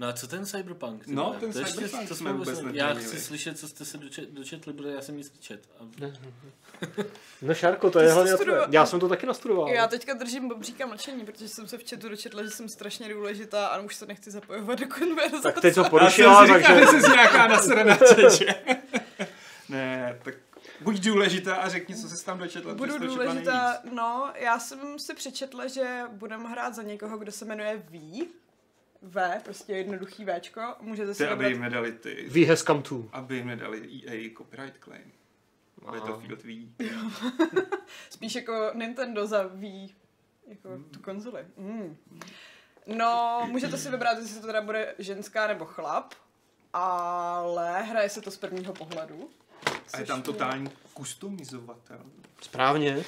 No a co ten Cyberpunk? ty No, vole? ten to ještě- Cyberpunk to jsme vůbec vůbec ne- Já nezmínili. chci slyšet, co jste se dočet, dočetli, protože já jsem nic nečet. A No Šárko, to Ty je jsi hlavně... to studoval- Já jsem to taky nastudoval. Já teďka držím bobříka mlčení, protože jsem se v chatu dočetla, že jsem strašně důležitá a už se nechci zapojovat do konverzace. Tak teď ho Já porušila, jsem si takže... říkal, že jsi nějaká (laughs) nasraná čeče. ne, tak buď důležitá a řekni, co jsi tam dočetla. Budu přesto, že byla důležitá, nejvíc. no, já jsem si přečetla, že budeme hrát za někoho, kdo se jmenuje V. V, prostě jednoduchý Včko, můžete si Ty, aby vybrat jim nedali ty. V has come to. Aby jim nedali EA copyright claim. Aby to field ví. spíš jako Nintendo za Wii, jako tu konzoli. Mm. No, můžete si vybrat, jestli to teda bude ženská nebo chlap, ale hraje se to z prvního pohledu. A je což tam mě- totální kustomizovatel. Správně.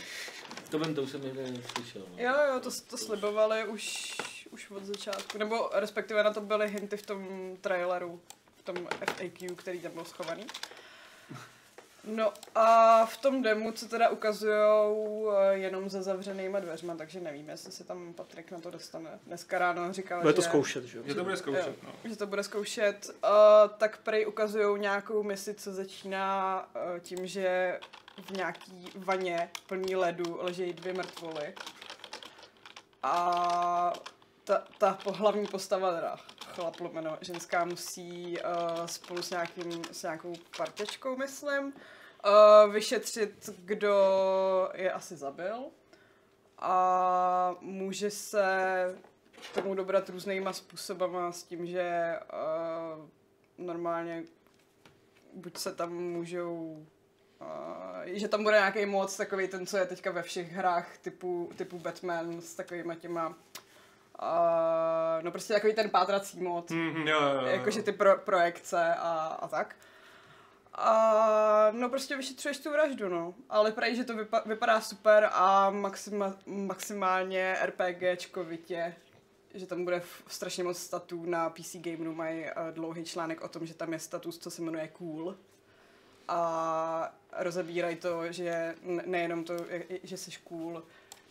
to bym to už jsem někde slyšel. No. Jo, jo, to, to slibovali už, už od začátku, nebo respektive na to byly hinty v tom traileru, v tom FAQ, který tam byl schovaný. No a v tom demo se teda ukazujou eh, jenom za zavřenýma dveřma, takže nevíme, jestli se tam Patrik na to dostane. Dneska ráno říkal, Bude to že- zkoušet, že jo? Že to bude zkoušet, no. že to bude zkoušet, uh, tak prej ukazují nějakou misi, co začíná uh, tím, že v nějaký vaně plný ledu ležejí dvě mrtvoly. A ta, ta pohlavní postava, teda chlap lomeno, ženská musí uh, spolu s, nějakým, s nějakou partečkou, myslím, uh, vyšetřit, kdo je asi zabil. A může se k tomu dobrat různýma způsobama s tím, že uh, normálně buď se tam můžou Uh, že tam bude nějaký moc, takový ten, co je teďka ve všech hrách typu, typu Batman s takovýma těma, uh, no prostě takový ten pátrací moc, Mhm, jo, jo, jo. jakože ty pro, projekce a, a tak. A no prostě vyšetřuješ tu vraždu, no. Ale prej, že to vypa- vypadá super a maxima- maximálně RPGčkovitě, že tam bude f- strašně moc statů na PC Game Room, mají eh, dlouhý článek o tom, že tam je status, co se jmenuje Cool. A rozebírají to, že n- nejenom to, je- je- že jsi cool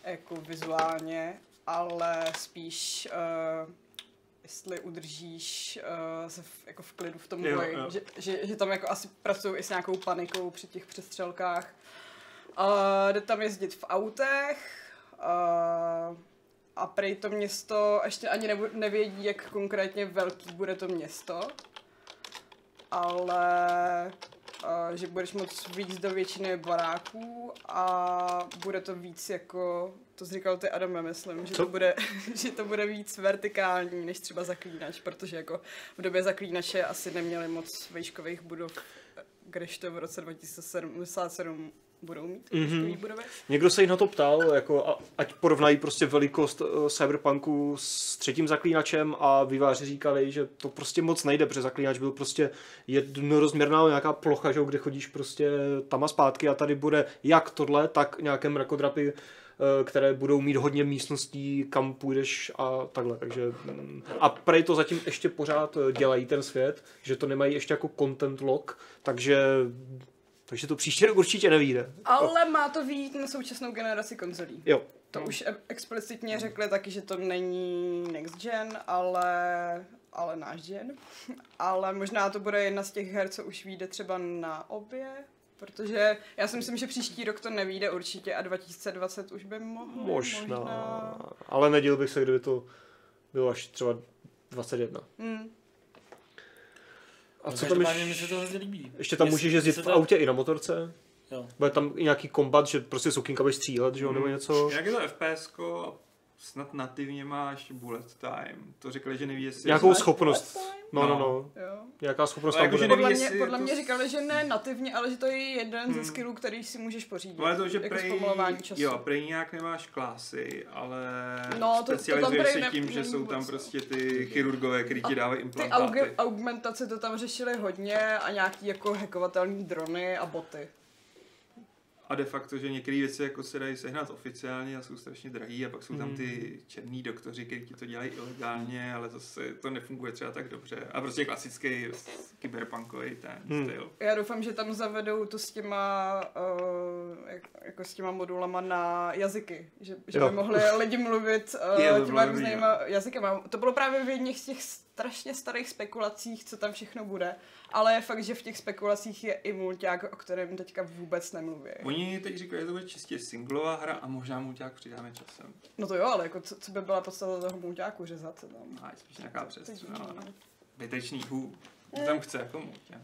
jako vizuálně, ale spíš eh, jestli udržíš uh, se v, jako v klidu v tom Jo, boji, jo. že, že, že tam jako asi pracují i s nějakou panikou při těch přestřelkách. Uh, jde tam jezdit v autech uh, a prej to město ještě ani nebu- nevědí, jak konkrétně velký bude to město, ale uh, že budeš moc víc do většiny baráků a bude to víc jako, to jsi říkal ty Adame, myslím, že Co? to, bude, (laughs) že to bude víc vertikální než třeba zaklínač, protože jako v době zaklínače asi neměli moc vejškových budov, kdežto v roce 2077 budou mít mm-hmm. budovy. Někdo se jich na to ptal, jako a, ať porovnají prostě velikost eh, Cyberpunku s třetím zaklínačem a výváři říkali, že to prostě moc nejde, protože zaklínač byl prostě jednorozměrná nějaká plocha, že, jo, kde chodíš prostě tam a zpátky a tady bude jak tohle, tak nějaké mrakodrapy, eh, které budou mít hodně místností, kam půjdeš a takhle. Takže, mm, a prej to zatím ještě pořád eh, dělají ten svět, že to nemají ještě jako content lock, takže Takže to příští rok určitě nevíde. Ale má to výjít na současnou generaci konzolí. Jo. To Hmm. už e- explicitně řekli taky, že to není next gen, ale, ale náš gen. (laughs) Ale možná to bude jedna z těch her, co už vyjde třeba na obě. Protože já si myslím, že příští rok to nevíde určitě a 2020 už by mohlo. Možná. Ale nedíl bych se, kdyby to bylo až třeba 21. Hmm. A co tam No, Každopádně mi ještě? se to hrozně líbí. Ještě tam Mně se- můžeš mně jezdit se v to- autě i na motorce? Jo. Bude tam i nějaký kombat, že prostě sukinka budeš střílet, že jo, nebo něco? Jak je to fps snad nativně máš bullet time. To řekli, že neví, jestli... Nějakou schopnost. No, no, No. no. Jo. Nějaká schopnost Ale tam jakože bude. neví, Podle, mě, jestli je podle to mě s- říkali, že ne nativně, ale že to je jeden ze skillů, který si můžeš pořídit. No, ale to, že jako prej, zpomalování času. jo, prej nějak nemáš klasy, ale No, to- to tam specializuješ prej se ne- tím, že není jsou moc, tam no. prostě ty chirurgové, kteří ti dávají Ty implantáty. aug- augmentace to tam řešili hodně a nějaký jako hackovatelný drony a boty. A de facto, že některé věci jako se dají sehnat oficiálně a jsou strašně drahý a pak jsou tam ty černí doktoři, kteří ti to dělají ilegálně, ale zase to nefunguje třeba tak dobře. A prostě klasický s- cyberpunkový ten Hmm. styl. Já doufám, že tam zavedou to s těma, uh, jak, jako s těma modulama na jazyky, že, že Jo. by mohli lidi mluvit Je, to uh, bylo těma dobrý, různýma jazykama. To bylo právě v jedných z těch strašně starých spekulacích, co tam všechno bude, ale je fakt, že v těch spekulacích je i mulťák, o kterém teďka vůbec nemluví. Oni teď říkají, že to bude čistě singlová hra a možná mu nějak přidáme časem. No to jo, ale jako co, co by byla podstata toho mulťáku řezat se tam. No, je spíš nějaká přestřela. divný, no. Vytečný hů. To tam chce jako muťák.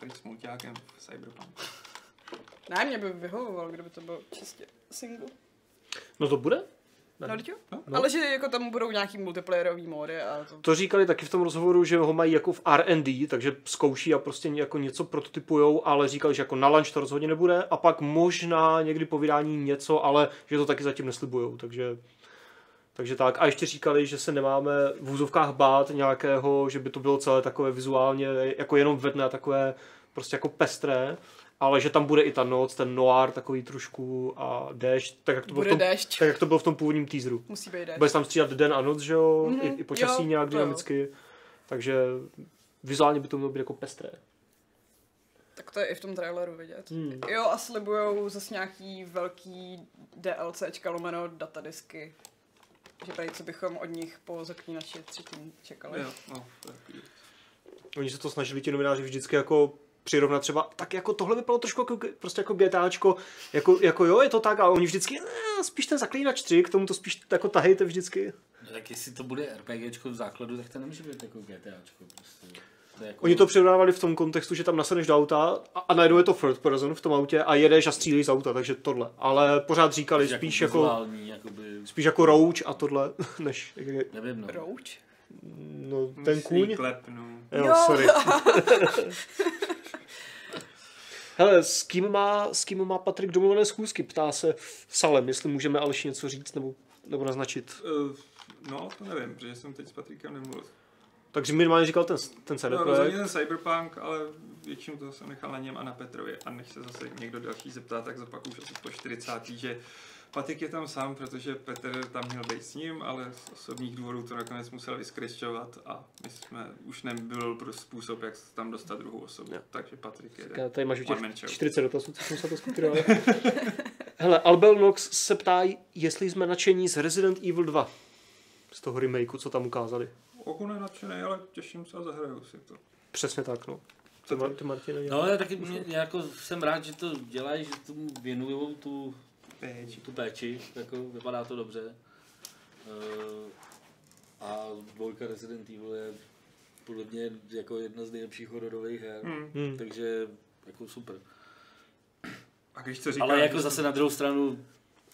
Teď s muťákem v Cyberpunku. Ne, mě by vyhovoval, kdyby to byl čistě single. No to bude? Ne. No, jo? No, no. Ale že jako tam budou nějaký multiplayerový módy a to... To říkali taky v tom rozhovoru, že ho mají jako v R&D, takže zkouší a prostě jako něco prototypujou, ale říkali, že jako na lunch to rozhodně nebude a pak možná někdy po vydání něco, ale že to taky zatím neslibujou, takže takže tak. A ještě říkali, že se nemáme v úzovkách bát nějakého, že by to bylo celé takové vizuálně, jako jenom ve dne, takové prostě jako pestré, ale že tam bude i ta noc, ten noir takový trošku a déšť, tak jak to bylo, Bude v tom, déšť. tak jak to bylo v tom původním teaseru. Musí být Budeš tam střídat den a noc, že jo? Mhm, Mm-hmm. I, I počasí jo, jo, nějak to jo. dynamicky. Takže vizuálně by to mělo být jako pestré. Tak to je i v tom traileru vidět. Hmm. Jo a slibujou zase nějaký velký DLCčka lomeno datadisky. Že tady, co bychom od nich po zaklínači třetí čekali. Jo, no, to je takový. Oni se to snažili ti novináři vždycky jako přirovnat třeba, tak jako tohle vypadalo trošku jako, g- prostě jako GTAčko, jako, jako jo, je to tak, a oni vždycky, "Eh, spíš ten zaklínač 3, k tomu to spíš jako tahejte vždycky. No, tak jestli to bude RPGčko v základu, tak to nemůže být jako GTAčko. Prostě. To je jako... Oni to přirovnávali v tom kontextu, že tam nasedneš do auta a, a najednou je to third person v tom autě a jedeš a střílíš z auta, takže tohle. Ale pořád říkali jako spíš jako, vizuální, jakoby, spíš jako rouč a tohle, (laughs) než nevím, no. Rouč? no, ten Myslí kůň. Klepnu. Jo, Jo. sorry. (laughs) Hele, s kým, má, s kým má Patrik domluvené schůzky? Ptá se Salem, jestli můžeme Aleši něco říct nebo, nebo naznačit. Eh, No, to nevím, protože jsem teď s Patrikem nemluvil. Takže minimálně říkal ten, ten CD No, Projekt. rozhodně ten Cyberpunk, ale většinu toho jsem nechal na něm a na Petrovi. A než se zase někdo další zeptá, tak zopakuju už asi po 40. že Patrik je tam sám, protože Petr tam měl být s ním, ale z osobních důvodů to nakonec musel vyskryšťovat a my jsme, už nebyl pro způsob, jak tam dostat druhou osobu. Jo. Takže Patrik Tak já jede. tady máš už One man show. těch 40 dotazů, co jsem se to skupinoval. (laughs) Hele, Albel Nox se ptá, jestli jsme nadšení z Resident Evil 2. Z toho remakeu, co tam ukázali. Oku nenadšenej, ale těším se a zahraju si to. Přesně tak, no. Ty, Mar- ty Martine, No, já taky mě, já jako jsem rád, že to dělají, že tomu věnují tu, Péči. tu péči, jako vypadá to dobře. Eh, a dvojka Resident Evil je podle mě jako jedna z nejlepších hororových her, Hmm. Hmm. takže jako super. A když to říkáš, Ale jako že- zase na druhou stranu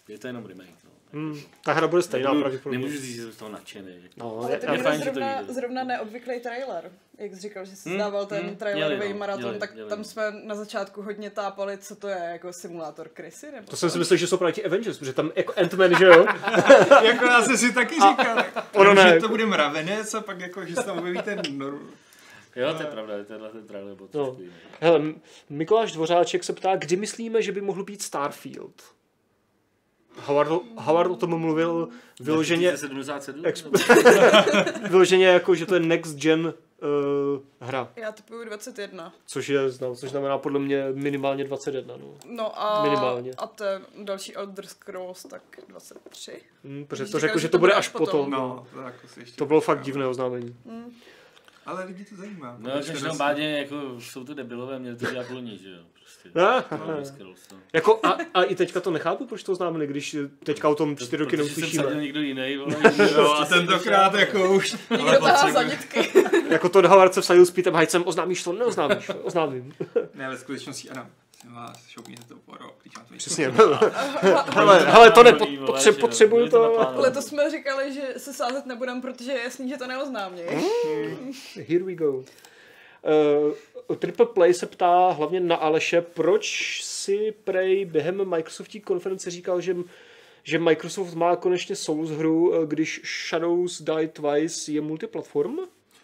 je to jenom remake. No. Hmm, ta hra bude stejná Nemůžu, pravděpodobně. nemůžu říct, že jsem z toho nadšený. jako. No, Ale já- to já- je byl fajn, že to zrovna, jde. zrovna neobvyklý trailer. Jak jsi říkal, že jsi Hmm, dával ten hmm, trailerový měli, no, maraton, měli, tak měli. tam jsme na začátku hodně tápali, co to je, jako simulátor krysy nebo To jsem si myslel, že jsou právě ti Avengers, protože tam jako Ant-Man, že jo? (laughs) jako já jsem si taky říkal, ono že ne. to bude mravenec a pak jako, že se tam objeví ten nor- Jo, to je pravda, tenhle ten trailer byl No. trošku jiný. (laughs) Hele, M- Mikuláš Dvořáček se ptá, kdy myslíme, že by mohl být Starfield? Howard, o- Howard o tom mluvil vyloženě, 77, Ex- nebo- vyloženě jako, že to je next gen uh, hra, Já typuju 21. což je znám, což znamená podle mě minimálně 21. No. No a, Minimálně. a ten další Elder Scrolls, tak 23. Hmm, protože Když to říkal, řekl, že že to to bude bude až až potom. potom. No. No, to jako si ještě... To bylo fakt divné oznámení. Ale lidi to zajímá. No, Když to dostane. každopádně, jako, jsou to debilové, měli to dělat loni, že jo? Prostě. Ne? No, Skrulls, no. Jako a, a, i teďka to nechápu, proč to oznámili, když teďka o tom čtyři roky Protože jsem sadil neuslyšíme. někdo jiný, vole. (laughs) Jo, a tentokrát jako (laughs) už... Někdo tahá za potřebuji- nitky. Jako to Howard se vsadil s Pítem Hajcem, oznámíš to, neoznámíš, oznámím. Ne, ve skutečnosti, ano. Jsem vás, šoupněte to po rok, když vám to vyjde. Přesně. (laughs) hele, hele, to ne, pot, Vole, že potře, jo, potřebuju měli to to. naplánovaný. Letos jsme říkali, že se sázet nebudem, protože je jasný, že to neoznámě. Hmm? Here we go. Uh, Triple Play se ptá hlavně na Aleše, proč si Prej během Microsoftí konference říkal, že, že Microsoft má konečně Souls hru, eh, když Shadows Die Twice je multiplatform?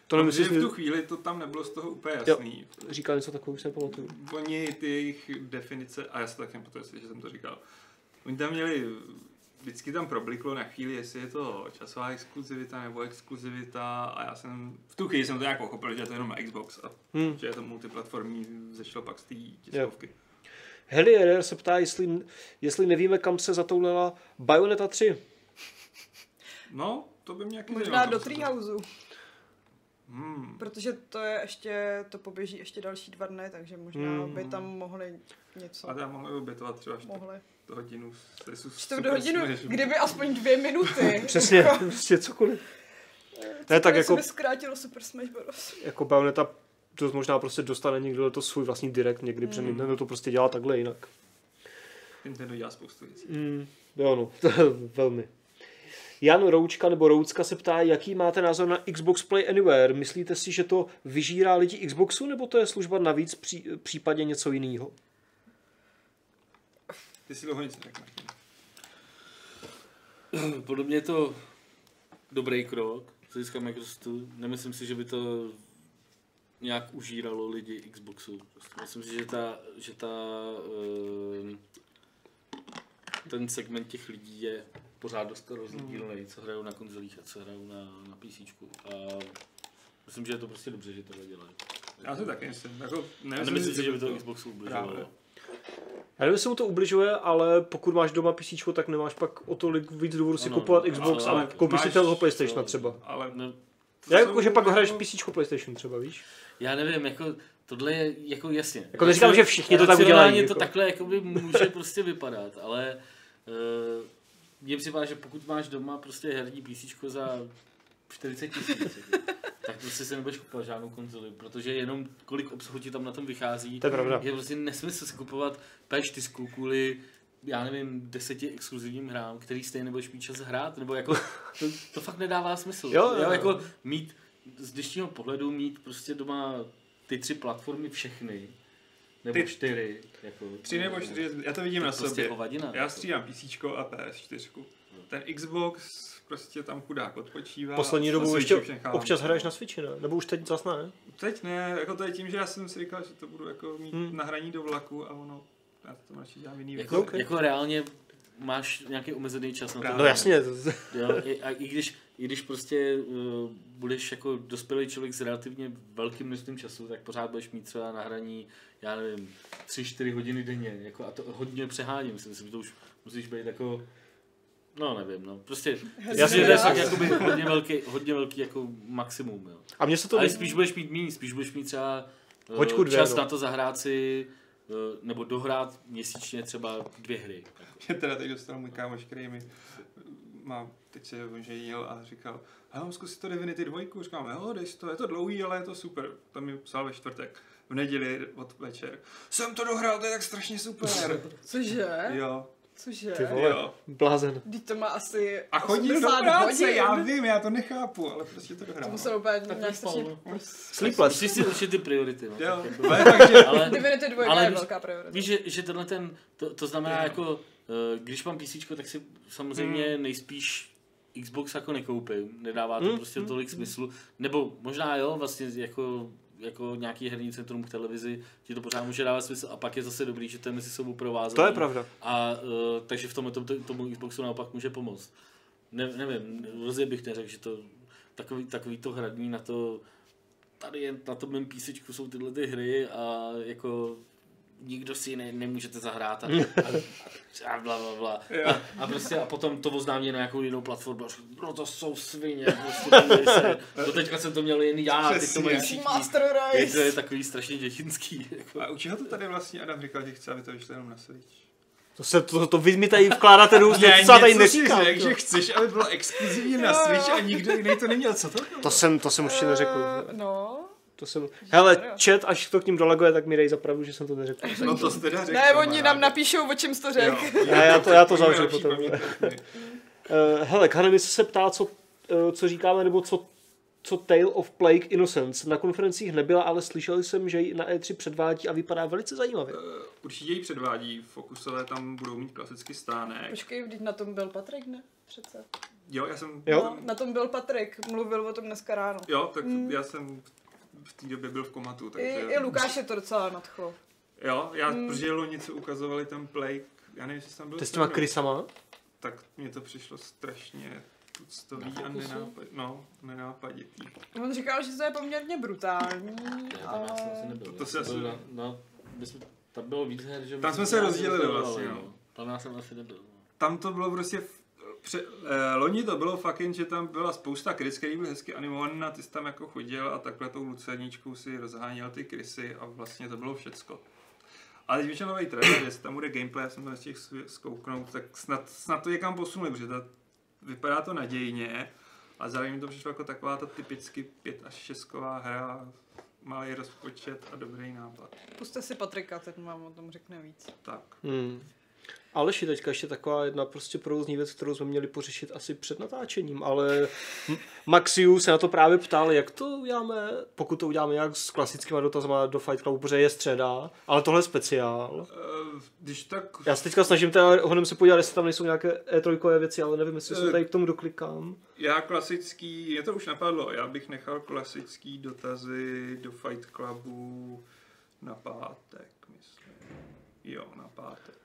To nevím, Protože jestli v tu chvíli to tam nebylo z toho úplně Jo. jasný. říkal něco takového, už se nepamatuju. Oni ty jejich definice, a já se tak nepamatuju, jestli že jsem to říkal, oni tam měli, vždycky tam probliklo na chvíli, jestli je to časová exkluzivita nebo exkluzivita a já jsem, v tu chvíli jsem to nějak pochopil, že je to jenom Xbox a Hmm. hmm. že je to multiplatformní, zešlo pak z té tiskovky. Helierer se ptá, jestli, jestli nevíme, kam se zatoulela Bayonetta 3. No, to by mě nějaký Možná do Treehouse, Hmm. protože to je ještě, to poběží ještě další dva dny, takže možná Hmm. by tam mohli něco. A tam mohli obětovat třeba čtvrt Mohli. hodinu. s- s- s- No. Čtvrt super hodinu, směšem. kdyby aspoň dvě minuty. (laughs) Přesně, prostě cokoliv. To je tak jako, by zkrátilo Super Smash Bros. jako Bayonetta, to možná prostě dostane někdo to svůj vlastní direkt někdy, Mm. protože Nintendo to prostě dělá takhle jinak. Nintendo dělá spoustu věcí. Mm, jo, no, (laughs) velmi. Jan Roučka nebo Roucka se ptá, jaký máte názor na Xbox Play Anywhere. Myslíte si, že to vyžírá lidi Xboxu, nebo to je služba navíc pří, případně něco jiného? Ty si dlouho nic neřekl, Martin. Podle mě je to dobrý krok z hlediska Microsoftu. Nemyslím si, že by to nějak užíralo lidi Xboxu. Prostě Myslím si, že ta, že ta, ehm, ten segment těch lidí je pořád dost rozdílný, co hrajou na konzolích a co hrajou na, na PC. A myslím, že je to prostě dobře, že tohle dělají. Já to taky myslím. Jako, A nemyslím, nemyslím si, že by to to- Xboxu Právě. ubližovalo. Já nevím, jestli mu to ubližuje, ale pokud máš doma PC, tak nemáš pak o tolik víc důvodu si Ano, kupovat no, Xbox, ale ale koupíš si máš- toho PlayStation jo. třeba. Ale No, Já jsou- jako, že pak hraješ PC PlayStation třeba, víš? Já nevím, jako tohle je jako jasně. Jako neříkám, že všichni to tak udělají, Racionálně to jako. takhle jako by může prostě vypadat, ale uh, mně připadá, že pokud máš doma prostě herní PC za 40 tisíc, tak prostě se nebudeš kupovat žádnou konzoli, protože jenom kolik obsahu ti tam na tom vychází, To je pravda. je prostě nesmysl si kupovat P4 kvůli já nevím, deseti exkluzivním hrám, který stejně nebudeš mít čas hrát, nebo jako, to, to fakt nedává smysl. Jo, jo, jo. Jako mít, z dnešního pohledu mít prostě doma ty tři platformy všechny, nebo Ty- čtyři, jako. Tři nebo čtyři, já to vidím to na prostě sobě. hovadina. Já střídám PC a PS4. Ten Xbox prostě tam chudák odpočívá. Poslední Co dobou si ještě všechno nechávám. občas hraješ na Switchi, ne? Nebo už teď zas ne? No Teď ne, jako to je tím, že já jsem si říkal, že to budu jako mít Hmm. nahraní do vlaku a ono, já to radši dělám jiný Jako, No, ok. jako reálně máš nějaký omezený čas na to. Právě. No jasně, Jo, i, a i když, i když prostě uh, budeš jako dospělý člověk s relativně velkým množstvím času, tak pořád budeš mít třeba na hraní, já nevím, 3-4 hodiny denně. Jako, a to hodně přeháním, si myslím, že to už musíš být jako No, nevím, no. Prostě, já si to je relax. fakt jakoby hodně velký, hodně velký jako maximum, jo. a mně se to To Ale líbí. spíš budeš mít míň, spíš budeš mít třeba eh, Hoďku dvě, čas no. na to zahrát si, eh, nebo dohrát měsíčně třeba dvě hry. Že (laughs) teda teď dostal můj kámoš, který mi má, teď se oženil a říkal, hele, mám zkusit to Divinity 2, říkám, jo, dej si to, je to dlouhý, ale je to super. To mi psal ve čtvrtek, v neděli od večer. Jsem to dohrál, to je tak strašně (laughs) super. Cože? jo, Cože? Ty vole. jo. Blázen. Vždyť to má asi A chodí do 80 práce, hodin. já vím, já to nechápu, ale prostě to To dohrál. muselo úplně Tak nějak strašně... prostě. Sleepless. Musíš si určit ty priority, no. Jo, tak jako- ale takže, (laughs) Ale Divinity 2 Ale je víš- velká priorita. víš, že, že tenhle ten, to, to znamená Jo. jako, eh, když mám PC, tak si samozřejmě nejspíš Xbox jako nekoupím, nedává to Hmm, prostě tolik smyslu, nebo možná jo, vlastně jako jako nějaký herní centrum k televizi, ti to pořád může dávat smysl a pak je zase dobrý, že to je mezi sebou provázané. To je pravda. A uh, takže v tomhle tom, tomu Xboxu naopak může pomoct. Ne, nevím, rozhodně bych neřekl, že to takový, takový to hradní na to tady je na tom mém písečku jsou tyhle ty hry a jako nikdo si ji ne, nemůžete zahrát a, a, a bla, bla, bla. Jo. A, a, prostě a potom to oznámě na nějakou jinou platformu. a řekl, No to jsou svině, prostě podívej se. Do No, teďka jsem to měl jen já, a teď to Přesně. mají všichni. Master Je to je Race. takový strašně dětinský. Jako. A u čeho to tady vlastně Adam říkal, že chce, aby to vyšlo jenom na Switch? To, se, to, to vy mi tady vkládáte různě, co já Prostě tady neříkám. si řekl, jo. že chceš, aby bylo exkluzivní na Switch a nikdo jiný to neměl. Co to bylo? To jsem, to jsem určitě neřekl. Eh, No. To jsem... Hele, chat, až to k ním doleguje, tak mi dej za pravdu, že jsem to neřekl. No to jsi teda řekl. Ne, oni kamaráde. nám napíšou, o čem jsi to řekl. Jo. Ne, (laughs) já to- já to Takový zavřu lepší potom. paměť. Uh, hele, Kanemi se ptá, co, uh, co říkáme, nebo co, co Tale of Plague Innocence. Na konferencích nebyla, ale slyšel jsem, že ji na E3 předvádí a vypadá velice zajímavě. Eh, (laughs) Určitě ji předvádí, fokusové tam budou mít klasicky stánek. Počkej, vždyť na tom byl Patrik, ne? Přece. Jo, já jsem... Jo? No, na tom byl Patrik, mluvil o tom dneska ráno. Jo, tak já jsem v té době byl v komatu, takže... Mm. I, I Lukáš Mm. je to docela nadchlo. Jo, já, protože loni co ukazovali ten Plague, já nevím, jestli tam byl... To je s těma Simon, krysama? Tak mně to přišlo strašně tuctový a nenápad, no, nenápaditý. On říkal, že to je poměrně brutální, ale... nebyl. To si asi Byl ne. na, no, my jsme, tam bylo víc her, že... my Tam jsme se to rozdělili nebylo, vlastně, no. no. Tam já jsem asi nebyl. no. Tam to bylo prostě... v- Pře, eh, loni to bylo fucking, že tam byla spousta krys, který byl hezky animovaný a ty jsi tam jako chodil a takhle tou lucerničkou si rozháněl ty krysy a vlastně to bylo všecko. Ale když vyšel nový trailer, jestli tam bude gameplay, já jsem to nestihl svě- zkouknout, tak snad, snad to někam posunuli, protože ta, vypadá to nadějně. A zároveň mi to přišlo jako taková ta typicky 5 až 6 hra, malý rozpočet a dobrý nápad. Puste si Patrika, ten vám o tom řekne víc. Tak. Hmm. Aleši, teďka ještě taková jedna prostě prouzní věc, kterou jsme měli pořešit asi před natáčením, ale M- Maxiu se na to právě ptal, jak to uděláme, pokud to uděláme nějak s klasickýma dotazama do Fight Clubu, protože je středa, ale tohle je speciál. Eh, Když tak Já se teďka snažím teda honem se podívat, jestli tam nejsou nějaké E3 věci, ale nevím, jestli se tady k tomu doklikám. Já klasický, je to už napadlo, já bych nechal klasický dotazy do Fight Clubu na pátek, myslím. Jo, na pátek.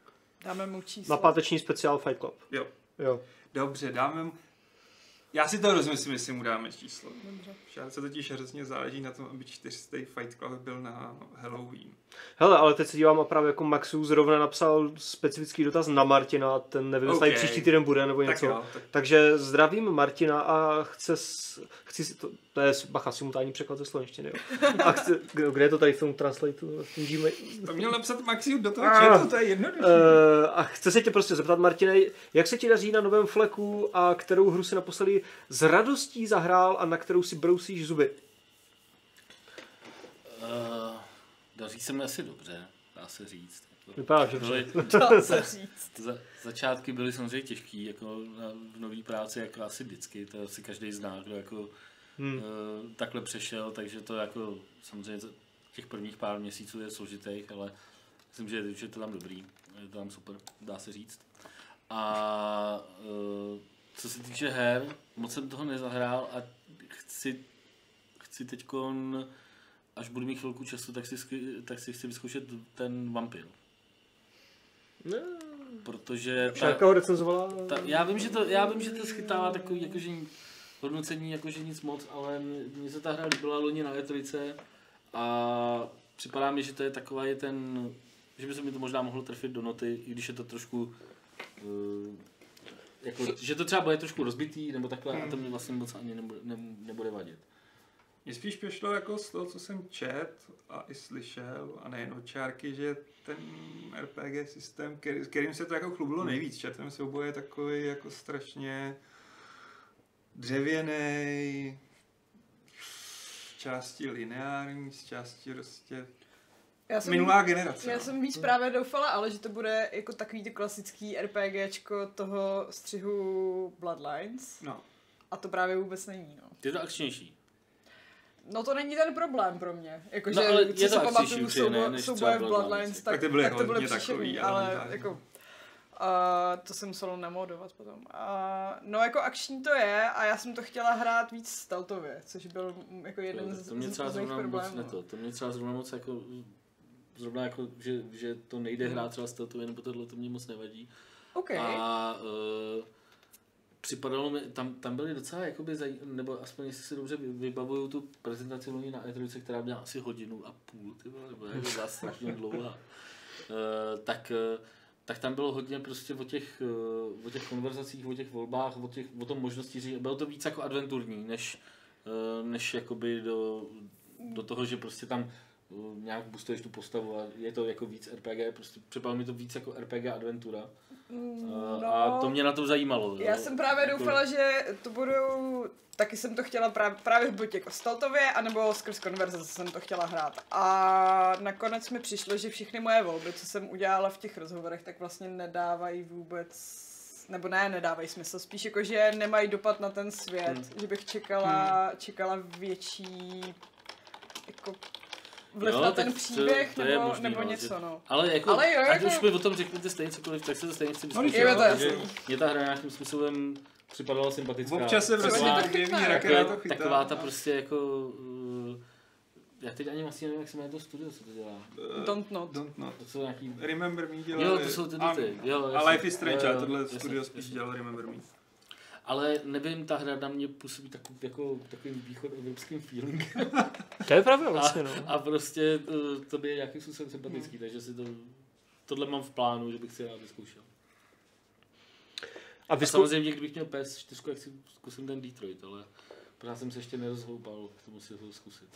Dáme mu Na číslo. páteční speciál Fight Club. Jo, Jo. dobře, dáme mu... Já si to rozmyslím, jestli mu dáme číslo. Dobře. Šárce totiž hrozně záleží na tom, aby čtyřstý Fight Club byl na Halloween. Hele, ale teď se dívám a právě jako Maxu zrovna napsal specifický dotaz na Martina, ten nevím, jestli tady OK. příští týden bude nebo Tak něco. jo, tak Takže zdravím Martina a chce, s- chci si to, to je bacha simultánní překlad ze slovenštiny, jo. A chce, kde, kde je to tady v tom translateu, v tom Gmail? to měl napsat Maxiu do toho Ah. chatu, to je jednoduché. Eh, a chce se tě prostě zeptat, Martine, jak se ti daří na novém fleku a kterou hru si naposledy s radostí zahrál a na kterou si brousíš zuby? Uh, daří se mi asi dobře, dá se říct. Vypadá, že dobře. Byly, (laughs) Dá se říct. za, začátky byly samozřejmě těžký, jako na, v nový práci, jako asi vždycky, to asi každý zná, kdo jako hmm. uh, takhle přešel, takže to jako samozřejmě za- těch prvních pár měsíců je složitých, ale myslím, že, že je to tam dobrý, je to tam super, dá se říct. A uh, co se týče her, moc jsem toho nezahrál a chci, chci teďkon, až budu mít chvilku času, tak si, sky- tak si chci vyzkoušet ten vampir. Ne, Protože No, ta, Šárka ho recenzovala. ta, já, vím, že to, já vím, že to schytává takový jakože ni- hodnocení, jakože nic moc, ale mně se ta hra líbila loni na E3 a připadá mi, že to je takový ten, že by se mi to možná mohlo trefit do noty, i když je to trošku, uh, jako, že to třeba bude trošku rozbitý nebo takhle a to mi vlastně moc ani nebude, ne, nebude vadit. Mně spíš přišlo jako z toho, co jsem čet a i slyšel, a nejen od čárky, že ten RPG systém, který, s kterým se to jako chlubilo Hmm. nejvíc, četem se oboje takový jako strašně dřevěný, z části lineární, z části prostě Já jsem, minulá generace. já no. jsem víc právě doufala, ale že to bude jako takový ty klasický RPGčko toho střihu Bloodlines. No, A to právě vůbec není, no. Je to akčnější. No to není ten problém pro mě. Jakože, No, ale je co to si akčnější pamatuju určitě, ne, soubo- než souboje v třeba Bloodlines, Bloodlines. tak, Tak ty byly tak to byly hodně příšerný, takový, ale elementární. jako... Uh, to jsem muselo namodovat potom. Uh, no jako akční to je a já jsem to chtěla hrát víc stealthově, což byl mm, jako jeden z, to mě z, třeba z mých zrovna moc problémů. ne to, to mě třeba zrovna moc jako, zrovna jako, že, že to nejde hrát třeba stealthově nebo tohle, to mě moc nevadí. OK. A uh, připadalo mi, tam, tam byly docela, jakoby, zaj- nebo aspoň jestli si dobře vy- vybavuju tu prezentaci loni na E3, která měla asi hodinu a půl, ty vole, nebo jako byla strašně dlouhá, Eh, tak, eh, tak tam bylo hodně prostě o těch, eh, o těch konverzacích, o těch volbách, o, těch, o tom možnosti říct. Bylo to víc jako adventurní, než, eh, než jakoby do, do toho, že prostě tam eh, nějak boostuješ tu postavu a je to jako víc RPG, prostě připadalo mi to víc jako RPG adventura. Eh, A to mě na to zajímalo. Mm, no. Já jo. jsem právě Jako- doufala, že to budou, taky jsem to chtěla právě, právě v botě k Staltově, anebo skrz konverzace jsem to chtěla hrát. A nakonec mi přišlo, že všechny moje volby, co jsem udělala v těch rozhovorech, tak vlastně nedávají vůbec nebo ne, nedávají smysl, spíš jako, že nemají dopad na ten svět, Hmm. že bych čekala, čekala větší jako vliv Jo, na No, tak ten to- příběh to je nebo, možný, nebo no, že- něco, no. Ale jako, Ale jo, ať jako- už mi o tom řeknete stejně cokoliv, tak se to stejně chci No, když vyzkoušet. je jo, to takže jasný. Mě ta hra nějakým způsobem připadala sympatická. Občas se Třeba prostě tě to taková, chytne, objeví jako- raketa, to taková, chytá. taková ta prostě jako... Uh, já teď ani vlastně nevím, jak se jmenuje to studio, co to dělá. Eh, Don't Not. Don't not. To jsou nějaký... Remember Me dělali. Jo, to jsou ty a- ty. Jo, A jasně. Life is Jo, Strange, ale jo, tohle jasně, studio spíš jasně. dělal Remember Me. Ale nevím, ta hra na mě působí takový, jako, takovým východoevropským feeling. To je pravda vlastně, no. A prostě to, to mi je nějakým způsobem sympatický, Hmm. takže si to... Tohle mám v plánu, že bych si rád vyzkoušel. A A vyzkou... samozřejmě, kdybych měl PS4, jak si zkusím ten Detroit, ale pořád jsem se ještě nerozhoupal, to musím ho zkusit.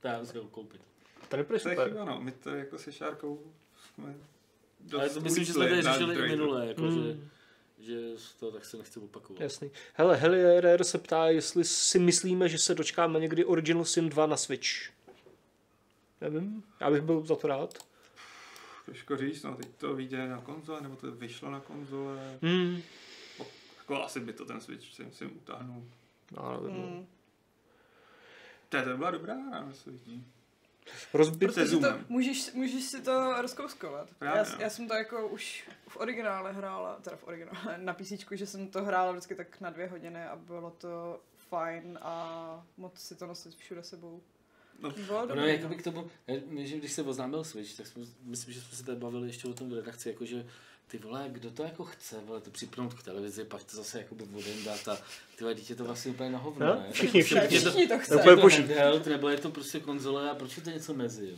Tak já musím ho koupit. Ten je To je super. chyba, no. My to jako se Šárkou jsme ale to myslím, že jsme ulítli tady na řešili i Detroitu. minule, jako, že, Mm, že to tak se nechci opakovat. jasný. Hele, Helier se ptá, jestli si myslíme, že se dočkáme někdy Original Sin 2 na Switch. Nevím, já bych byl za to rád. Těžko říct, no teď to vyjde na konzole, nebo to vyšlo na konzole. Hmm. Jako asi by to ten Switch si myslím utáhnul. No, nevím. no. Hmm. To, je- to byla dobrá hra na Switch. Rozbit... Protože- Protože to, zoomem. můžeš, můžeš si to rozkouskovat. Právě, já, no. já, jsem to jako už v originále hrála, teda v originále, (laughs) na PC, že jsem to hrála vždycky tak na dvě hodiny a bylo to fajn a moc si to nosit všude sebou. No, Bylo No, dobré. jako by k tomu, ne, že když se oznámil Switch, tak jsme, myslím, že jsme se tady bavili ještě o tom v redakci, jako že ty vole, kdo to jako chce, vole, to připnout k televizi, pak to zase jakoby odendat a ty vole, dítě to vlastně úplně na hovno, No, ne? všichni, Prostě všichni. je to- Všichni to To To chce. je úplně to poši- handheld, nebo je to prostě konzole a proč je to něco mezi, jo?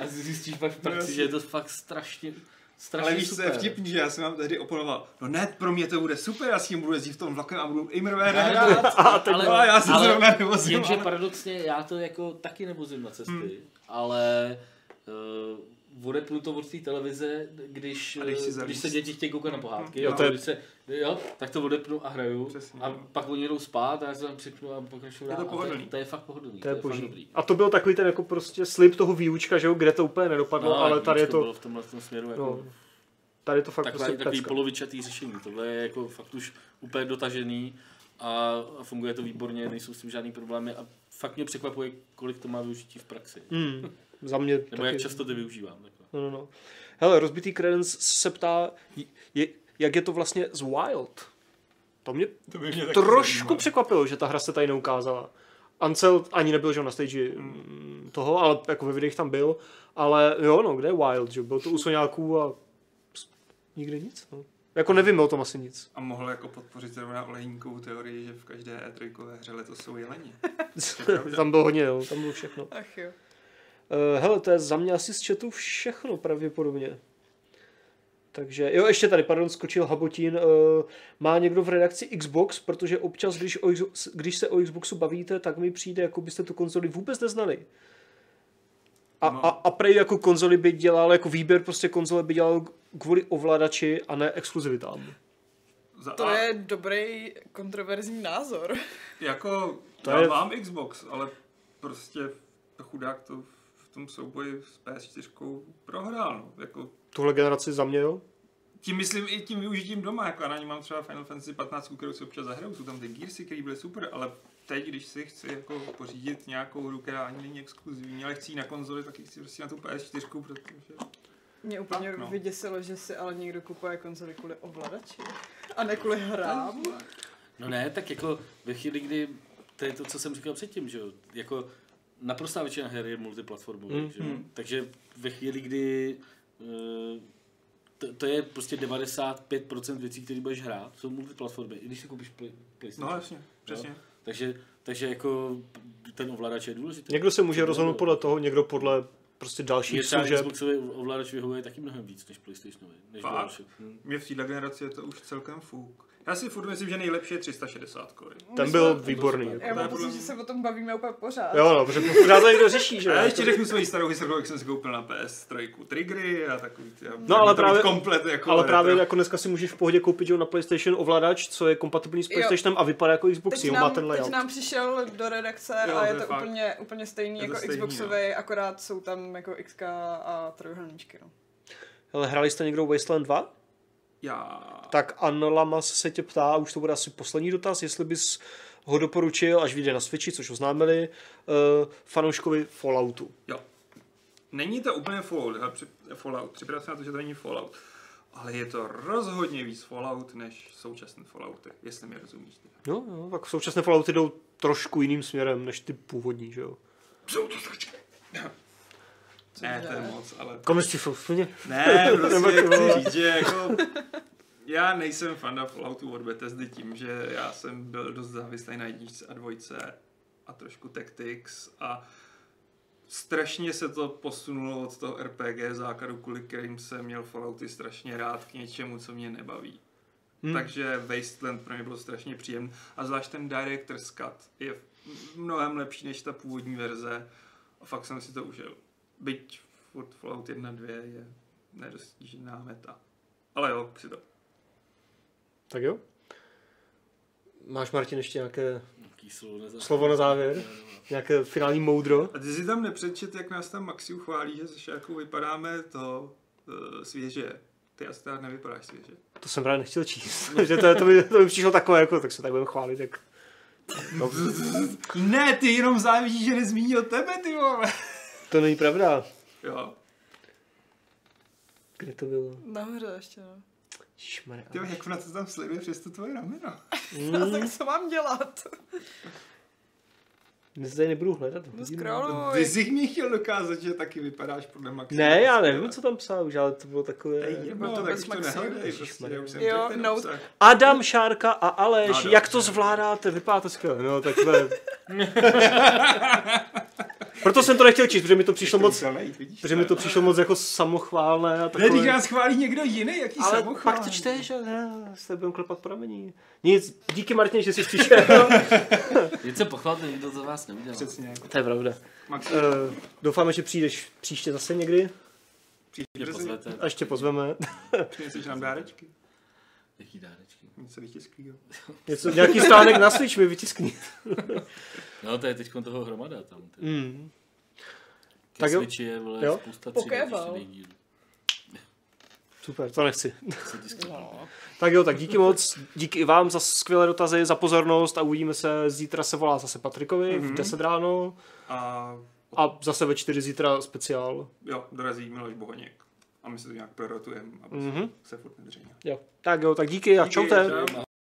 A, a zjistíš pak v praxi, že je to fakt strašně, strašně Ale víš, co je super. vtipný, že já jsem vám tehdy oponoval, no ne, pro mě to bude super, já s tím budu jezdit v tom vlakem a budu Imrvé (laughs) hrát. ale, vole, No já se zrovna nevozím, Jenže ale- Hmm. paradoxně, já to jako taky nevozím na cesty, ale uh, odepnu to od té televize, když, A jdeš si Hmm. eh, zalíst. když se děti chtějí koukat na pohádky, Jo, jo, to je- když se, jo, tak to odepnu a hraju Přesně, a no. pak oni jdou spát a já se tam přepnu a pokračuju Je to dál. A pohodlný. To, to je fakt pohodlný, To je fakt boží. dobrý. A to byl takový ten jako prostě slib toho výučka, že jo, kde to úplně nedopadlo, No, ale tady je Víčko to, bylo v tomhle tom směru jako no, tady je to fakt taková, prostě takový pecka. polovičatý řešení. Tohle je jako fakt už úplně dotažený a, a funguje to výborně, nejsou s tím žádný problémy a fakt mě překvapuje, kolik to má využití v praxi. Mm, za mě Nebo jak často to využívám. Takhle. No, no, no. Hele, rozbitý Credence se ptá, je, jak je to vlastně z Wild. To mě To by mě taky trošku zajímalo. překvapilo, že ta hra se tady neukázala. Ancel ani nebyl, že jo, na stage toho, ale jako ve videích tam byl. Ale jo, no, kde je Wild, že jo? byl to u Soňáků a ps, nikde nic. No. Jako nevím o tom asi nic. A mohl jako podpořit zrovna olejníkovou teorii, že v každé E3 hře letos jsou jeleni. (laughs) tam bylo hodně, jo, tam bylo všechno. Ach jo. Eh, Hele, to je za mě asi z chatu všechno pravděpodobně. Takže, jo, ještě tady, pardon, skočil Habotín. eh, Má někdo v redakci Xbox, protože občas, když, o, Xbox- když se o Xboxu bavíte, tak mi přijde, jako byste tu konzoli vůbec neznali. A, No. a, a prej jako konzoli by dělal, jako výběr prostě konzole by dělal kvůli ovladači a ne exkluzivitám. Za To A je dobrý kontroverzní názor. (laughs) Jako, To to já je- je... mám Xbox, ale prostě to chudák to v tom souboji s PS4 prohrál, no. Jako, Tuhle generaci za mě, jo? tím myslím i tím využitím doma, jako já na ní mám třeba Final Fantasy 15, kterou si občas zahraju, jsou tam ty Gearsy, které byly super, ale teď, když si chci jako pořídit nějakou hru, která ani není exkluzivní, ale chci ji na konzoli, tak ji chci prostě na tu PS4, protože Mě úplně Tak no. vyděsilo, že si ale někdo kupuje konzoli kvůli ovladači a ne kvůli hrám. No ne, tak jako ve chvíli, kdy to je to, co jsem říkal předtím, že jo, jako naprostá většina her je multiplatformových, Mm, že jo? takže ve chvíli, kdy eh, to, to je prostě 95% věcí, které budeš hrát, jsou multiplatformy, i když si koupíš play, PlayStation. No jasně, přesně. Jo? Takže, takže jako ten ovladač je důležitý. Někdo se může To rozhodnout bylo- podle toho, někdo podle prostě Mě dalších třeba služeb. Xboxový ovladač vyhovuje taky mnohem víc než PlayStationový. Než Fakt? ovladač. Hm. Mně v téhle generaci je to už celkem fuk. Já si furt myslím, že nejlepší je 360 kory. Ten My byl jsme- výborný. to- jako. To Já je mám pocit, podle že mě- se o tom bavíme úplně pořád. Jo, no, protože pořád to někdo řeší, že A jo? já jako. ještě řeknu svoji starou historii, jak jsem si koupil na PS3 triggery a takový ty. a No, ale měl to být právě- komplet jako Ale právě retro. jako dneska si můžeš v pohodě koupit jo, na PlayStation ovladač, co je kompatibilní s Jo. PlayStationem a vypadá jako Xbox, Teď jo, má nám, ten teď layout. nám přišel do redakce Jo, a to je je to fakt. úplně, úplně stejný Je to jako stejný, no. Xboxový, akorát jsou tam jako XK a trojuhelníčky. No. Hele, hráli jste někdo Wasteland 2? Já... Tak Anna Lamas se tě ptá, už to bude asi poslední dotaz, jestli bys ho doporučil, až vyjde na Switchi, což oznámili, uh, fanouškovi Falloutu. Jo. Není to úplně Fallout, ale při- Fallout. Připadá se na to, že to není Fallout. Ale je to rozhodně víc Fallout, než současné Fallouty, jestli mi rozumíš. Teda. No, jo, tak současné Fallouty jdou trošku jiným směrem, než ty původní, že jo. Jsou to sračky. Ne, to je moc, ale... Komunisti jsou svině. Ne, Nebo ty prostě vole. chci říct, že jako... Já nejsem fanda Falloutu od Bethesdy tím, že já jsem byl dost závislý na jedničce a dvojce a trošku Tactics a strašně se to posunulo od toho RPG základu, kvůli kterým jsem měl Fallouty strašně rád k něčemu, co mě nebaví. Hmm. Hmm. Takže Wasteland pro mě byl strašně příjemný a zvlášť ten Director's Cut je mnohem lepší než ta původní verze a fakt jsem si to užil. Byť furt Fallout 1 2 je nedostižná meta. Ale jo, si to. Tak jo. Máš, Martin, ještě nějaké, Nějaký slovo na závěr. Slovo na závěr? Jo, jo. nějaké finální moudro? A ty si tam nepřečet, jak nás tam Maxiu chválí, že se šákou vypadáme to uh, svěže. Ty asi teda nevypadáš svěže. To jsem právě nechtěl číst, (laughs) že to, to, by, to by přišlo takové, jako, tak se tak budeme chválit, jak... No, Ne, ty jenom závidíš, že nezmínil tebe, ty vole. to není pravda. Jo, Kde to bylo? Nahoře ještě, no. Ježišmarja. Mm, ty vole, jak ona to tam sleduje přes to tvoje rameno. Mm. A tak co mám dělat? Dnes tady nebudu hledat. No hodinu. Ty scrolluj. jsi mi chtěl dokázat, že taky vypadáš podle Maxiu. Ne, já nevím, co tam psal už, ale to bylo takové... Ej, jedno, No, to tak bez už to Maxia. nehledej, prostě, já už jsem Jo, řekl ten note. obsah. Adam, Šárka a Aleš, No, jak dobře. to zvládáte? Vypadá to skvěle. No, (laughs) takhle. Proto jsem to nechtěl číst, protože mi to přišlo moc, musel najít, vidíš protože mi to přišlo moc jako samochválné a Ne, když takové. nás chválí někdo jiný, jaký Ale samochvál. pak to čteš a ne, se budeme klepat po rameni. Nic, díky Martině, že jsi přišel. Jít se pochvat, nikdo za vás neudělal. Přesně. (laughs) to je pravda. Max, Eh, doufáme, že přijdeš příště zase někdy Mě příště brzy pozvete. a ještě pozveme. přineseš nám dárečky. Jaký dárečky. Něco vytisklýho. Něco, nějaký stánek na Switch mi vytiskni. No to je teď toho hromada tam. Ty. Mm. Tak Tak jo. jo. je, vole, Jo. jo. spousta Pokéval. dílů. Super, to nechci. Co ti skvělé. No. Tak jo, tak díky moc, díky i vám za skvělé dotazy, za pozornost a uvidíme se, zítra se volá zase Patrikovi mm-hmm. v 10 ráno A a zase ve 4 zítra speciál. jo, dorazí Miloš Bohoněk. A my se to nějak prorotujeme, aby Mhm. se furt nedřenil. Jo. Tak jo, tak díky a čaute. čau.